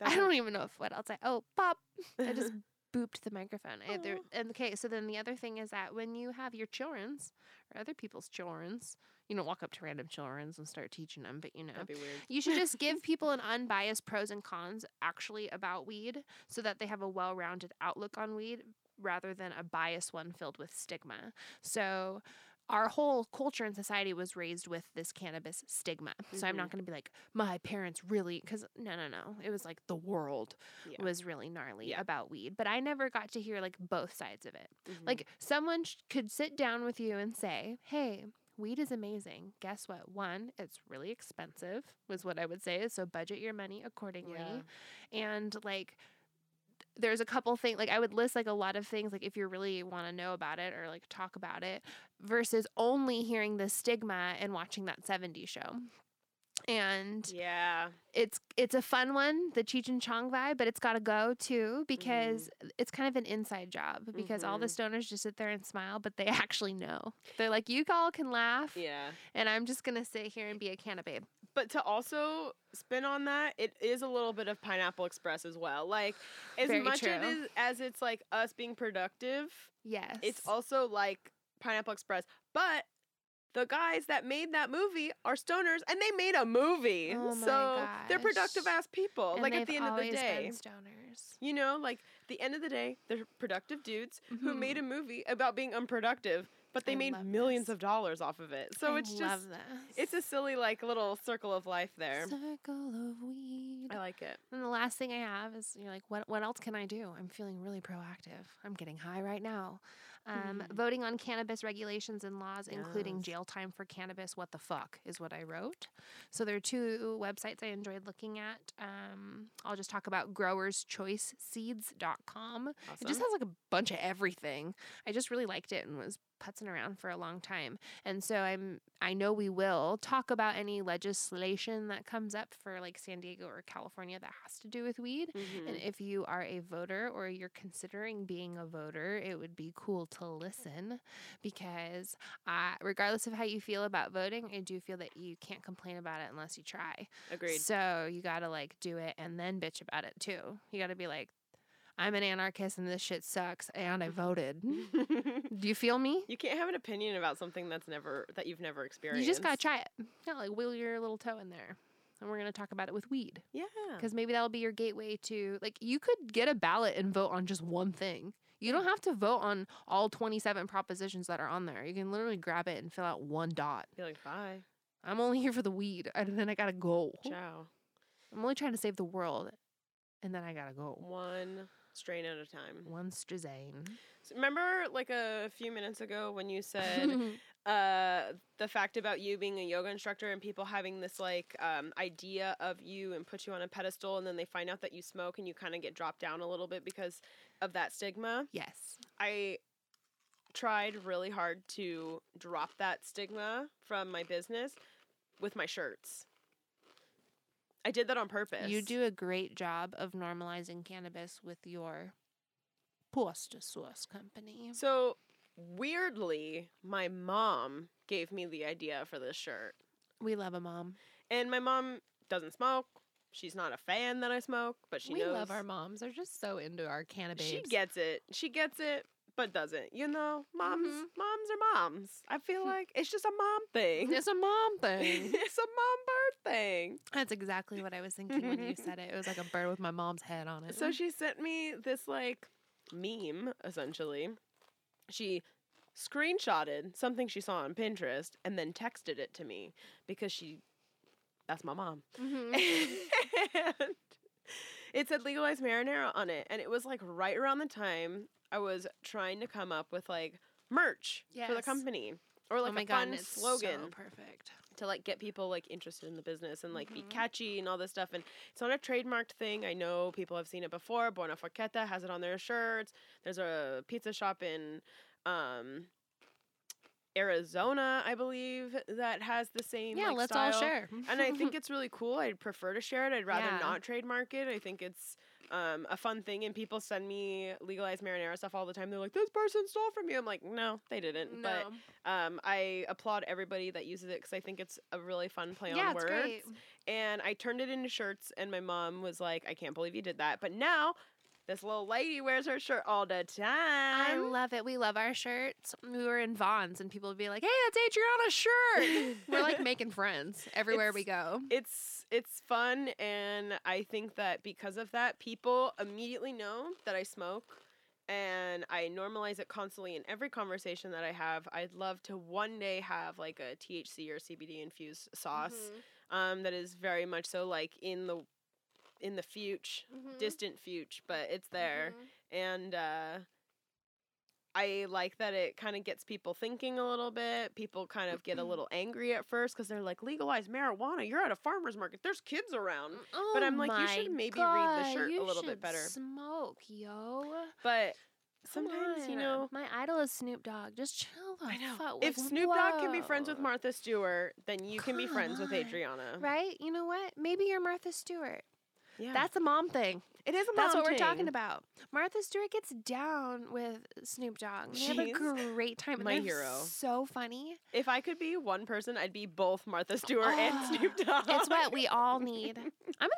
[SPEAKER 2] That's
[SPEAKER 1] I
[SPEAKER 2] a-
[SPEAKER 1] don't even know if what else I oh pop I just booped the microphone. I, there,
[SPEAKER 2] Aw.
[SPEAKER 1] and okay, so then the other thing is that when you have your childrens or other people's childrens, you don't walk up to random childrens and start teaching them, but you know.
[SPEAKER 2] That'd be weird.
[SPEAKER 1] You should just
[SPEAKER 2] *laughs*
[SPEAKER 1] give people an unbiased pros and cons actually about weed so that they have a well rounded outlook on weed rather than a biased one filled with stigma. So, our whole culture and society was raised with this cannabis stigma. So, I'm not
[SPEAKER 2] Mm-hmm.
[SPEAKER 1] going to be like, my parents really, because no, no, no. It was like the world
[SPEAKER 2] Yeah.
[SPEAKER 1] was really gnarly
[SPEAKER 2] Yeah.
[SPEAKER 1] about weed. But I never got to hear like both sides of it.
[SPEAKER 2] Mhm.
[SPEAKER 1] Like someone sh- could sit down with you and say, "Hey, weed is amazing. Guess what? One, it's really expensive." Was what I would say. So budget your money accordingly.
[SPEAKER 2] Yeah.
[SPEAKER 1] And like there's a couple things like I would list like a lot of things like if you really want to know about it or like talk about it versus only hearing the stigma and watching that 70s show. And
[SPEAKER 2] yeah.
[SPEAKER 1] it's it's a fun one, the Cheech and Chong vibe, but it's got to go too because
[SPEAKER 2] Mm-hmm.
[SPEAKER 1] it's kind of an inside job because all the stoners just sit there and smile, but they *laughs* actually know. They're like, "You all can laugh,
[SPEAKER 2] Yeah.
[SPEAKER 1] and I'm just gonna sit here and be a canna babe."
[SPEAKER 2] But to also spin on that, it is a little bit of Pineapple Express as well. Like as
[SPEAKER 1] Very
[SPEAKER 2] much it
[SPEAKER 1] true.
[SPEAKER 2] is as it's like us being productive,
[SPEAKER 1] Yes,
[SPEAKER 2] it's also like Pineapple Express. But the guys that made that movie are stoners and they made a movie.
[SPEAKER 1] Oh my
[SPEAKER 2] so they're productive
[SPEAKER 1] gosh.
[SPEAKER 2] ass people.
[SPEAKER 1] And
[SPEAKER 2] like at
[SPEAKER 1] they've
[SPEAKER 2] the end of the
[SPEAKER 1] always
[SPEAKER 2] day.
[SPEAKER 1] been stoners.
[SPEAKER 2] You know, like at the end of the day, they're productive dudes who
[SPEAKER 1] Mhm.
[SPEAKER 2] made a movie about being unproductive, but they
[SPEAKER 1] I
[SPEAKER 2] made
[SPEAKER 1] love
[SPEAKER 2] millions
[SPEAKER 1] this.
[SPEAKER 2] of dollars off of it. So
[SPEAKER 1] I
[SPEAKER 2] it's
[SPEAKER 1] love
[SPEAKER 2] just
[SPEAKER 1] this.
[SPEAKER 2] it's a silly like little circle of life there.
[SPEAKER 1] circle of weed.
[SPEAKER 2] I like it.
[SPEAKER 1] And the last thing I have is you're like, what what else can I do? I'm feeling really proactive. I'm getting high right now. Um,
[SPEAKER 2] Mhm.
[SPEAKER 1] Voting on cannabis regulations and laws, including
[SPEAKER 2] Yes.
[SPEAKER 1] jail time for cannabis. What the fuck is what I wrote. So there are two websites I enjoyed looking at. Um, I'll just talk about growerschoiceseeds.com. It just
[SPEAKER 2] Awesome.
[SPEAKER 1] has like a bunch of everything. I just really liked it and was putzing around for a long time. And so I'm I know we will talk about any legislation that comes up for like San Diego or California that has to do with weed.
[SPEAKER 2] Mm-hmm.
[SPEAKER 1] And if you are a voter or you're considering being a voter, it would be cool to listen because I, regardless of how you feel about voting, I do feel that you can't complain about it unless you try.
[SPEAKER 2] Agreed.
[SPEAKER 1] So you got to like do it and then bitch about it too. You got to be like, I'm an anarchist and this shit sucks and I
[SPEAKER 2] *laughs*
[SPEAKER 1] voted. do you feel me?
[SPEAKER 2] you can't have an opinion about something that's never that you've never
[SPEAKER 1] You
[SPEAKER 2] experienced.
[SPEAKER 1] just got to try it. Yeah, like wheel your little toe in there. And we're going to talk about it with weed.
[SPEAKER 2] yeah.
[SPEAKER 1] Because maybe that'll be your gateway to, like, you could get a ballot and vote on just one thing. You don't have to vote on all 27 propositions that are on there. You can literally grab it and fill out one dot.
[SPEAKER 2] Be like, bye,
[SPEAKER 1] I'm only *laughs* here for the weed, and then I gotta go.
[SPEAKER 2] ciao.
[SPEAKER 1] I'm only trying to save the world, and then I gotta go.
[SPEAKER 2] One strain at a time.
[SPEAKER 1] One strizane.
[SPEAKER 2] So remember, like a few minutes ago, when you said
[SPEAKER 1] *laughs*
[SPEAKER 2] uh, the fact about you being a yoga instructor and people having this like um, idea of you and put you on a pedestal and then they find out that you smoke and you kind of get dropped down a little bit because of that stigma
[SPEAKER 1] yes.
[SPEAKER 2] i tried really hard to drop that stigma from my business with my shirts i did that on purpose
[SPEAKER 1] You do a great job of normalizing cannabis with your pasta sauce company.
[SPEAKER 2] so weirdly my mom gave me the idea for this shirt
[SPEAKER 1] We love a mom.
[SPEAKER 2] And my mom doesn't smoke. She's not a fan that I smoke, but she
[SPEAKER 1] we
[SPEAKER 2] knows.
[SPEAKER 1] love our moms. They're just so into our cannabis.
[SPEAKER 2] She gets it. She gets it, but doesn't. You know, moms,
[SPEAKER 1] Mhm.
[SPEAKER 2] moms are moms.
[SPEAKER 1] *laughs*
[SPEAKER 2] I feel like it's just a mom thing.
[SPEAKER 1] It's a mom thing.
[SPEAKER 2] *laughs* it's a mom bird thing.
[SPEAKER 1] That's exactly what I was thinking
[SPEAKER 2] *laughs*
[SPEAKER 1] when you said it. It was like a bird with my mom's head on it.
[SPEAKER 2] So she sent me this like meme, essentially. She screenshotted something she saw on Pinterest and then texted it to me because she, that's my
[SPEAKER 1] *laughs*
[SPEAKER 2] mom. *laughs*
[SPEAKER 1] Mhm.
[SPEAKER 2] and it said legalized marinara on it and it was like right around the time i was trying to come up with like merch for the
[SPEAKER 1] Yes.
[SPEAKER 2] company or like
[SPEAKER 1] oh my
[SPEAKER 2] a
[SPEAKER 1] god, and
[SPEAKER 2] fun
[SPEAKER 1] it's
[SPEAKER 2] slogan
[SPEAKER 1] so perfect.
[SPEAKER 2] to like get people like interested in the business and like
[SPEAKER 1] Mhm.
[SPEAKER 2] be catchy and all this stuff and it's not a trademarked thing i know people have seen it before buena forqueta has it on their shirts there's a pizza shop in um arizona i believe that has the same
[SPEAKER 1] yeah,
[SPEAKER 2] like,
[SPEAKER 1] let's all
[SPEAKER 2] style
[SPEAKER 1] share. *laughs*
[SPEAKER 2] and I think it's really cool. I'd prefer to share it. I'd rather
[SPEAKER 1] Yeah.
[SPEAKER 2] not trademark it. I think it's um, a fun thing, and people send me legalized marinara stuff all the time. They're like, "This person stole from you." I'm like, "No, they didn't."
[SPEAKER 1] no.
[SPEAKER 2] But um, I applaud everybody that uses it because I think it's a really fun play
[SPEAKER 1] yeah,
[SPEAKER 2] on
[SPEAKER 1] it's
[SPEAKER 2] words.
[SPEAKER 1] great.
[SPEAKER 2] And I turned it into shirts, and my mom was like, "I can't believe you did that." But now, this little lady wears her shirt all the
[SPEAKER 1] I
[SPEAKER 2] time.
[SPEAKER 1] love it. We love our shirts. We were in Vons and people would be like, "Hey, that's Adriana's shirt." we're
[SPEAKER 2] *laughs*
[SPEAKER 1] like making friends everywhere we go.
[SPEAKER 2] it's it's fun and i think that because of that people immediately know that i smoke and i normalize it constantly in every conversation that i have i'd love to one day have like a thc or cbd infused sauce um, that is very much so like in the in the future
[SPEAKER 1] Mm-hmm.
[SPEAKER 2] distant future but it's there and uh, I like that it kind of gets people thinking a little bit. People kind of
[SPEAKER 1] Mm-hmm.
[SPEAKER 2] get a little angry at first because they're like, legalize marijuana. You're at a farmer's market. There's kids around.
[SPEAKER 1] Mm.
[SPEAKER 2] But I'm like, you should
[SPEAKER 1] Oh my
[SPEAKER 2] maybe read the
[SPEAKER 1] God,
[SPEAKER 2] shirt a
[SPEAKER 1] you
[SPEAKER 2] little bit
[SPEAKER 1] should
[SPEAKER 2] better.
[SPEAKER 1] Smoke, yo.
[SPEAKER 2] But
[SPEAKER 1] Come
[SPEAKER 2] sometimes, you
[SPEAKER 1] on.
[SPEAKER 2] know,
[SPEAKER 1] my idol is Snoop Dogg. Just chill. The
[SPEAKER 2] I know.
[SPEAKER 1] fuck-
[SPEAKER 2] if
[SPEAKER 1] like,
[SPEAKER 2] Snoop Dogg can be friends with
[SPEAKER 1] whoa.
[SPEAKER 2] Martha Stewart, then you can be
[SPEAKER 1] Come
[SPEAKER 2] friends with
[SPEAKER 1] on.
[SPEAKER 2] Adriana.
[SPEAKER 1] right? You know what? Maybe you're Martha Stewart.
[SPEAKER 2] Yeah.
[SPEAKER 1] That's a mom thing.
[SPEAKER 2] it is a
[SPEAKER 1] That's
[SPEAKER 2] mom
[SPEAKER 1] what we're
[SPEAKER 2] thing.
[SPEAKER 1] talking about. Martha Stewart gets down with Snoop Dogg. They have a
[SPEAKER 2] Jeez.
[SPEAKER 1] great time. and
[SPEAKER 2] My
[SPEAKER 1] they're
[SPEAKER 2] hero.
[SPEAKER 1] So
[SPEAKER 2] *laughs*
[SPEAKER 1] funny.
[SPEAKER 2] If I could be one person, I'd be both Martha Stewart
[SPEAKER 1] Ah,
[SPEAKER 2] and Snoop Dogg.
[SPEAKER 1] It's what we all
[SPEAKER 2] *laughs*
[SPEAKER 1] need. I'm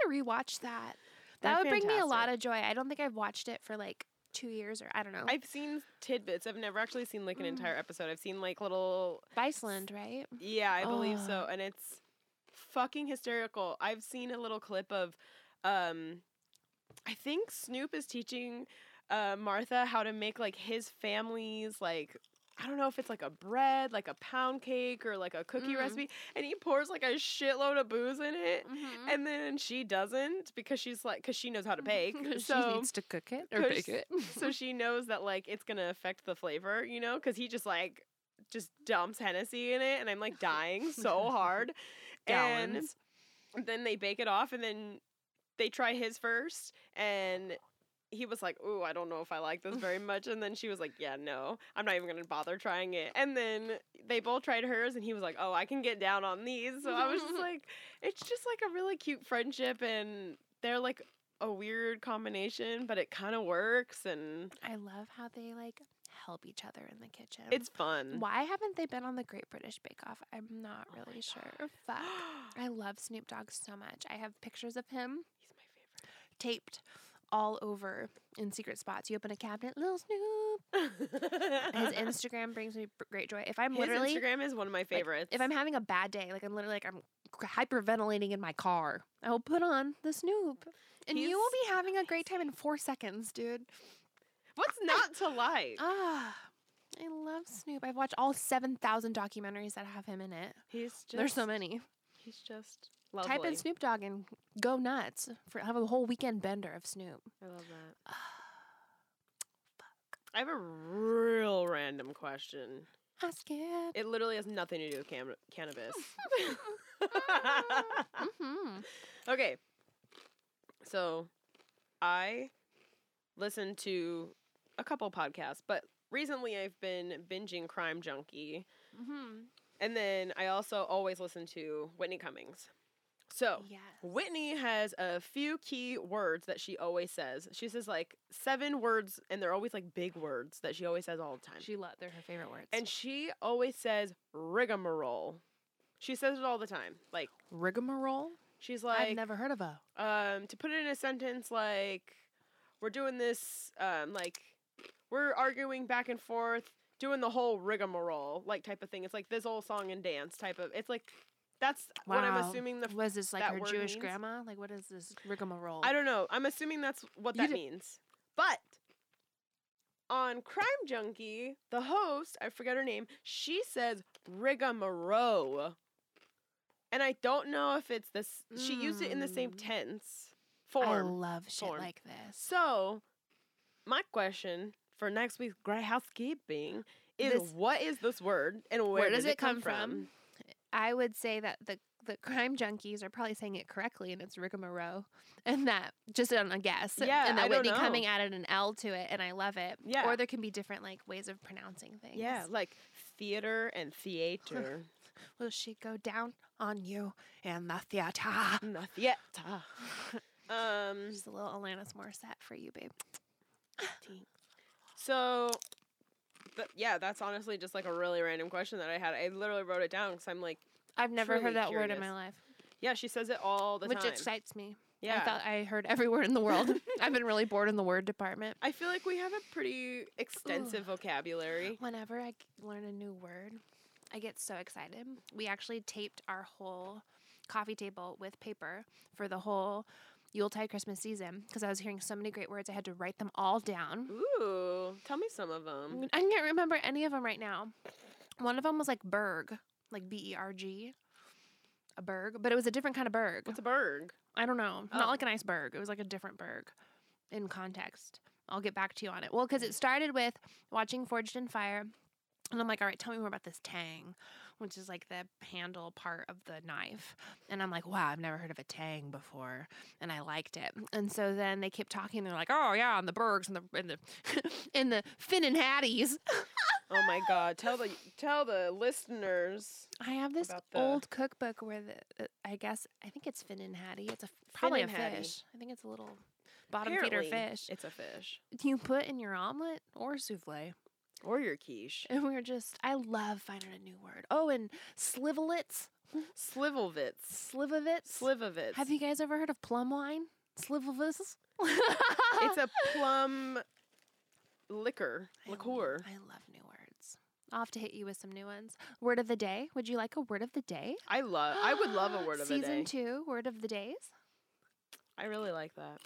[SPEAKER 1] gonna rewatch that. That
[SPEAKER 2] They're
[SPEAKER 1] would bring me a lot of joy. I don't think I've watched it for like two years or I don't know.
[SPEAKER 2] I've seen tidbits. I've never actually seen like an
[SPEAKER 1] Mm.
[SPEAKER 2] entire episode. I've seen like little
[SPEAKER 1] Viceland, right?
[SPEAKER 2] yeah, I believe so,
[SPEAKER 1] Ugh.
[SPEAKER 2] and it's fucking hysterical. I've seen a little clip of um I think Snoop is teaching uh Martha how to make like his family's like I don't know if it's like a bread, like a pound cake or like a cookie
[SPEAKER 1] Mm.
[SPEAKER 2] recipe and he pours like a shitload of booze in it.
[SPEAKER 1] *laughs* Mm-hmm.
[SPEAKER 2] And then she doesn't because she's like cuz she knows
[SPEAKER 1] *laughs*
[SPEAKER 2] how to bake.
[SPEAKER 1] she
[SPEAKER 2] so
[SPEAKER 1] needs to cook it
[SPEAKER 2] or
[SPEAKER 1] or
[SPEAKER 2] bake
[SPEAKER 1] bake it.
[SPEAKER 2] so she knows that like it's gonna affect the flavor, you know, because he just like just dumps Hennessy in it, and I'm like dying so hard. and then they bake it off, and then they try his first, and he was like, "Ooh, I don't know if I like this very much." And then she was like, "Yeah, no, I'm not even gonna bother trying it." And then they both tried hers, and he was like, "Oh, I can get down on these." So I was just like, "It's just like a really cute friendship, and they're like a weird combination, but it kind of works, and
[SPEAKER 1] I love how they like help each other in the kitchen.
[SPEAKER 2] it's fun." *gasps*
[SPEAKER 1] why haven't they been on the Great British Bake Off? I'm not
[SPEAKER 2] Oh my
[SPEAKER 1] really sure.
[SPEAKER 2] *gasps* God.
[SPEAKER 1] Fuck. I love Snoop Dogg so much. I have pictures of him
[SPEAKER 2] He's my favorite.
[SPEAKER 1] taped all over in secret spots. You open a cabinet, little Snoop.
[SPEAKER 2] *laughs*
[SPEAKER 1] His Instagram brings me b- great joy. If I'm
[SPEAKER 2] His
[SPEAKER 1] literally
[SPEAKER 2] Instagram is one of my favorites.
[SPEAKER 1] if I'm having a bad day, like I'm literally like I'm cr- hyperventilating in my car, I will put on the Snoop, and you will be having a great time in four seconds, dude.
[SPEAKER 2] what's not
[SPEAKER 1] *laughs*
[SPEAKER 2] to like?
[SPEAKER 1] Ah, I love Snoop. I've watched all seven thousand documentaries that have him in it.
[SPEAKER 2] He's just oh
[SPEAKER 1] There's so many.
[SPEAKER 2] He's just lovely.
[SPEAKER 1] Type in Snoop Dogg and go nuts for have a whole weekend bender of Snoop.
[SPEAKER 2] I love that. I have a real random question.
[SPEAKER 1] Ask
[SPEAKER 2] *laughs*
[SPEAKER 1] it.
[SPEAKER 2] It literally has nothing to do with cam- cannabis. *laughs*
[SPEAKER 1] hmm
[SPEAKER 2] okay. So I listened to a couple podcasts, but recently I've been binging Crime Junkie.
[SPEAKER 1] hmm
[SPEAKER 2] And then I also always listen to Whitney Cummings. So
[SPEAKER 1] Yes.
[SPEAKER 2] Whitney has a few key words that she always says. She says like seven words, and they're always like big words that she always says all the time.
[SPEAKER 1] She loved. They're her favorite words.
[SPEAKER 2] and she always says rigmarole. She says it all the time. Like
[SPEAKER 1] rigmarole.
[SPEAKER 2] she's like
[SPEAKER 1] I've never heard of a.
[SPEAKER 2] um to put it in a sentence like we're doing this um like we're arguing back and forth doing the whole rigmarole like type of thing it's like this old song and dance type of it's like that's what i'm
[SPEAKER 1] Wow.
[SPEAKER 2] assuming the
[SPEAKER 1] Was this like
[SPEAKER 2] that
[SPEAKER 1] her
[SPEAKER 2] word
[SPEAKER 1] Jewish
[SPEAKER 2] means?
[SPEAKER 1] grandma? Like, what is this rigmarole?
[SPEAKER 2] i don't know i'm assuming that's what
[SPEAKER 1] You
[SPEAKER 2] that
[SPEAKER 1] d-
[SPEAKER 2] means but on crime junkie the host i forget her name she says rigmarole and i don't know if it's this she used it in the same
[SPEAKER 1] Mm.
[SPEAKER 2] tense
[SPEAKER 1] I
[SPEAKER 2] form
[SPEAKER 1] love shit
[SPEAKER 2] Form.
[SPEAKER 1] like this.
[SPEAKER 2] So, my question for next week's Great Housekeeping is
[SPEAKER 1] This-
[SPEAKER 2] what is this word and where,
[SPEAKER 1] Where
[SPEAKER 2] did
[SPEAKER 1] does it come from? I would say that the the crime junkies are probably saying it correctly, and it's rigmarole, and that just on a guess.
[SPEAKER 2] Yeah,
[SPEAKER 1] and that
[SPEAKER 2] I don't
[SPEAKER 1] Whitney
[SPEAKER 2] know.
[SPEAKER 1] coming added an L to it, and I love it.
[SPEAKER 2] Yeah.
[SPEAKER 1] Or there can be different like ways of pronouncing things.
[SPEAKER 2] Yeah, like theater and
[SPEAKER 1] *laughs*
[SPEAKER 2] theater.
[SPEAKER 1] Will she go down on you in the theater?
[SPEAKER 2] the
[SPEAKER 1] *laughs*
[SPEAKER 2] theater. Um,
[SPEAKER 1] Just a little Alanis Morissette for you, babe.
[SPEAKER 2] so, but yeah, that's honestly just like a really random question that I had. I literally wrote it down because I'm like,
[SPEAKER 1] I've never
[SPEAKER 2] Truly
[SPEAKER 1] heard that word in
[SPEAKER 2] curious.
[SPEAKER 1] my life,
[SPEAKER 2] yeah, she says it all the
[SPEAKER 1] which
[SPEAKER 2] time.
[SPEAKER 1] excites me. I
[SPEAKER 2] yeah.
[SPEAKER 1] thought I heard every word in the *laughs* world. I've been really bored in the word department.
[SPEAKER 2] I feel like we have a pretty extensive vocabulary.
[SPEAKER 1] Whenever I c- learn a new word, I get so excited. We actually taped our whole coffee table with paper for the whole Yuletide Christmas season because I was hearing so many great words. I had to write them all down.
[SPEAKER 2] Ooh, tell me some of them.
[SPEAKER 1] I can't remember any of them right now. One of them was like berg, like B E R G, a berg, but it was a different kind of berg.
[SPEAKER 2] What's a berg?
[SPEAKER 1] I don't know.
[SPEAKER 2] Oh.
[SPEAKER 1] Not like an iceberg. It was like a different berg in context. I'll get back to you on it. Well, because it started with watching Forged in Fire. And I'm like, all right, tell me more about this tang, which is like the handle part of the knife. And I'm like, wow, I've never heard of a tang before. And I liked it. And so then they kept talking. They're like, oh, yeah, and the bergs and the, and the, *laughs* and the Finn and
[SPEAKER 2] *laughs*
[SPEAKER 1] Hattie's.
[SPEAKER 2] Oh my god! Tell the tell the listeners.
[SPEAKER 1] I have this
[SPEAKER 2] About the-
[SPEAKER 1] old cookbook where the, uh, I guess I think it's Finn and Hattie. It's a f- probably
[SPEAKER 2] and
[SPEAKER 1] a
[SPEAKER 2] Hattie.
[SPEAKER 1] fish. I think it's a little bottom feeder
[SPEAKER 2] Apparently,
[SPEAKER 1] fish.
[SPEAKER 2] It's a fish
[SPEAKER 1] you put in your omelet or souffle. *laughs*
[SPEAKER 2] or your quiche.
[SPEAKER 1] And we were just, I love finding a new word. Oh, and slivovitz,
[SPEAKER 2] Slivovitz.
[SPEAKER 1] slivovitz. *laughs*
[SPEAKER 2] Slivovitz.
[SPEAKER 1] Have you guys ever heard of plum wine? *laughs* Slivovitz.
[SPEAKER 2] It's a plum liquor.
[SPEAKER 1] I love-
[SPEAKER 2] Liqueur.
[SPEAKER 1] I love new words. I'll have to hit you with some new ones. Word of the day. Would you like a word of the day?
[SPEAKER 2] I love. Uh, I would love
[SPEAKER 1] *gasps*
[SPEAKER 2] a word of the day.
[SPEAKER 1] Season two, word of the days.
[SPEAKER 2] I really like that.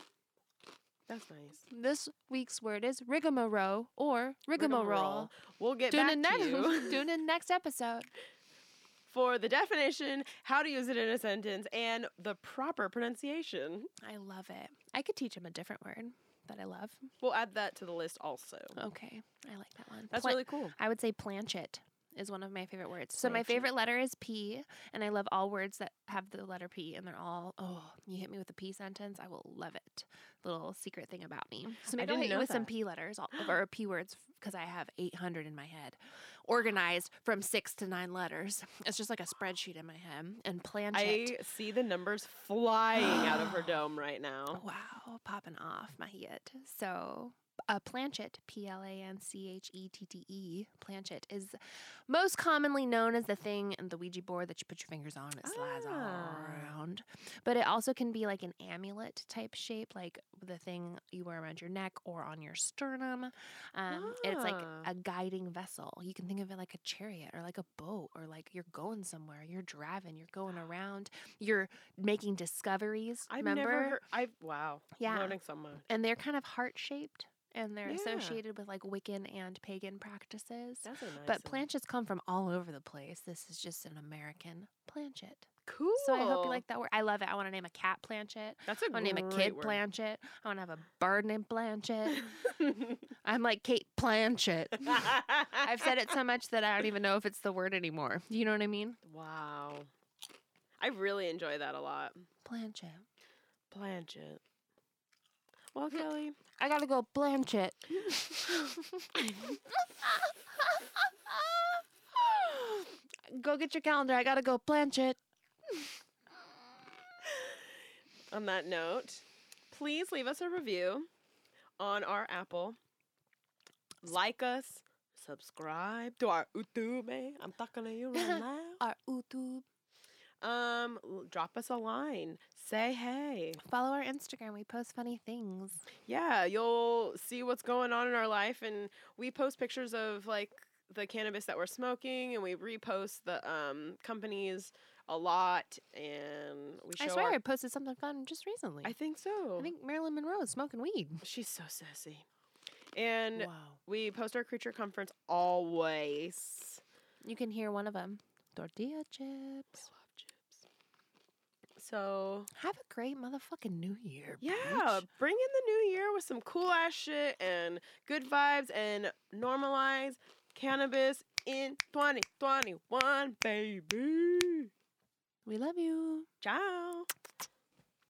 [SPEAKER 2] That's nice.
[SPEAKER 1] This week's word is rigmarole or rigmarole.
[SPEAKER 2] We'll get
[SPEAKER 1] Tune
[SPEAKER 2] back
[SPEAKER 1] in
[SPEAKER 2] to
[SPEAKER 1] next. *laughs*
[SPEAKER 2] you
[SPEAKER 1] Tune in next episode.
[SPEAKER 2] *laughs* for the definition, how to use it in a sentence, and the proper pronunciation.
[SPEAKER 1] I love it. I could teach him a different word that I love.
[SPEAKER 2] We'll add that to the list also.
[SPEAKER 1] Okay, I like that one.
[SPEAKER 2] That's
[SPEAKER 1] Pla-
[SPEAKER 2] really cool.
[SPEAKER 1] I would say planchet. is one of my favorite words. So my
[SPEAKER 2] Slouchy.
[SPEAKER 1] favorite letter is P, and I love all words that have the letter P, and they're all oh, you hit me with a P sentence, I will love it. Little secret thing about me. So maybe I'll
[SPEAKER 2] didn't
[SPEAKER 1] hit you
[SPEAKER 2] know
[SPEAKER 1] with some
[SPEAKER 2] that.
[SPEAKER 1] P letters all, or P words because I have 800 in my head, organized from six to nine letters. It's just like a spreadsheet in my head and planchet.
[SPEAKER 2] I see the numbers flying out of
[SPEAKER 1] *gasps*
[SPEAKER 2] her dome right now.
[SPEAKER 1] Wow, popping off my head. So, a planchet, P L A N C H E T T E, planchet is most commonly known as the thing in the Ouija board that you put your fingers on, it slides all
[SPEAKER 2] Ah.
[SPEAKER 1] around. But it also can be like an amulet type shape, like the thing you wear around your neck or on your sternum. Um, It's like
[SPEAKER 2] Ah.
[SPEAKER 1] a guiding vessel. You can think of it like a chariot or like a boat or like you're going somewhere, you're driving, you're
[SPEAKER 2] *gasps*
[SPEAKER 1] going around, you're making discoveries.
[SPEAKER 2] I've
[SPEAKER 1] remember?
[SPEAKER 2] never heard. I wow.
[SPEAKER 1] Yeah.
[SPEAKER 2] learning so much.
[SPEAKER 1] and they're kind of heart shaped and they're
[SPEAKER 2] Yeah.
[SPEAKER 1] associated with like Wiccan and pagan practices.
[SPEAKER 2] That's a nice.
[SPEAKER 1] But
[SPEAKER 2] one.
[SPEAKER 1] planchets come from all over the place. This is just an American planchet.
[SPEAKER 2] cool.
[SPEAKER 1] So I hope you like that word. I love it. I want to name a cat planchet.
[SPEAKER 2] That's a
[SPEAKER 1] I want to name a
[SPEAKER 2] great
[SPEAKER 1] kid
[SPEAKER 2] word.
[SPEAKER 1] planchet. I want to have a bird named planchet.
[SPEAKER 2] *laughs*
[SPEAKER 1] I'm like Kate Planchet. I've said it so much that I don't even know if it's the word anymore. You know what I mean?
[SPEAKER 2] Wow. I really enjoy that a lot.
[SPEAKER 1] Planchet.
[SPEAKER 2] Planchet. *laughs* Well, Kelly,
[SPEAKER 1] I gotta go planchet. go get your calendar. I gotta go planchet.
[SPEAKER 2] on that note, please leave us a review on our Apple. Like us, subscribe to our YouTube. I'm talking to you right *laughs* now.
[SPEAKER 1] Our YouTube.
[SPEAKER 2] Um, l- drop us a line. Say hey.
[SPEAKER 1] Follow our Instagram. We post funny things.
[SPEAKER 2] Yeah, you'll see what's going on in our life, and we post pictures of like the cannabis that we're smoking, and we repost the um companies a lot, and we show.
[SPEAKER 1] I swear
[SPEAKER 2] our-
[SPEAKER 1] I posted something fun just recently. I,
[SPEAKER 2] I think so.
[SPEAKER 1] think Marilyn Monroe is smoking weed.
[SPEAKER 2] she's so sassy, and
[SPEAKER 1] Wow.
[SPEAKER 2] we post our creature comforts always.
[SPEAKER 1] You can hear one of them. Tortilla chips.
[SPEAKER 2] So
[SPEAKER 1] Have a great motherfucking New Year.
[SPEAKER 2] yeah,
[SPEAKER 1] bitch.
[SPEAKER 2] bring in the new year with some cool ass shit and good vibes, and normalize cannabis in 2021, baby.
[SPEAKER 1] We love you.
[SPEAKER 2] Ciao.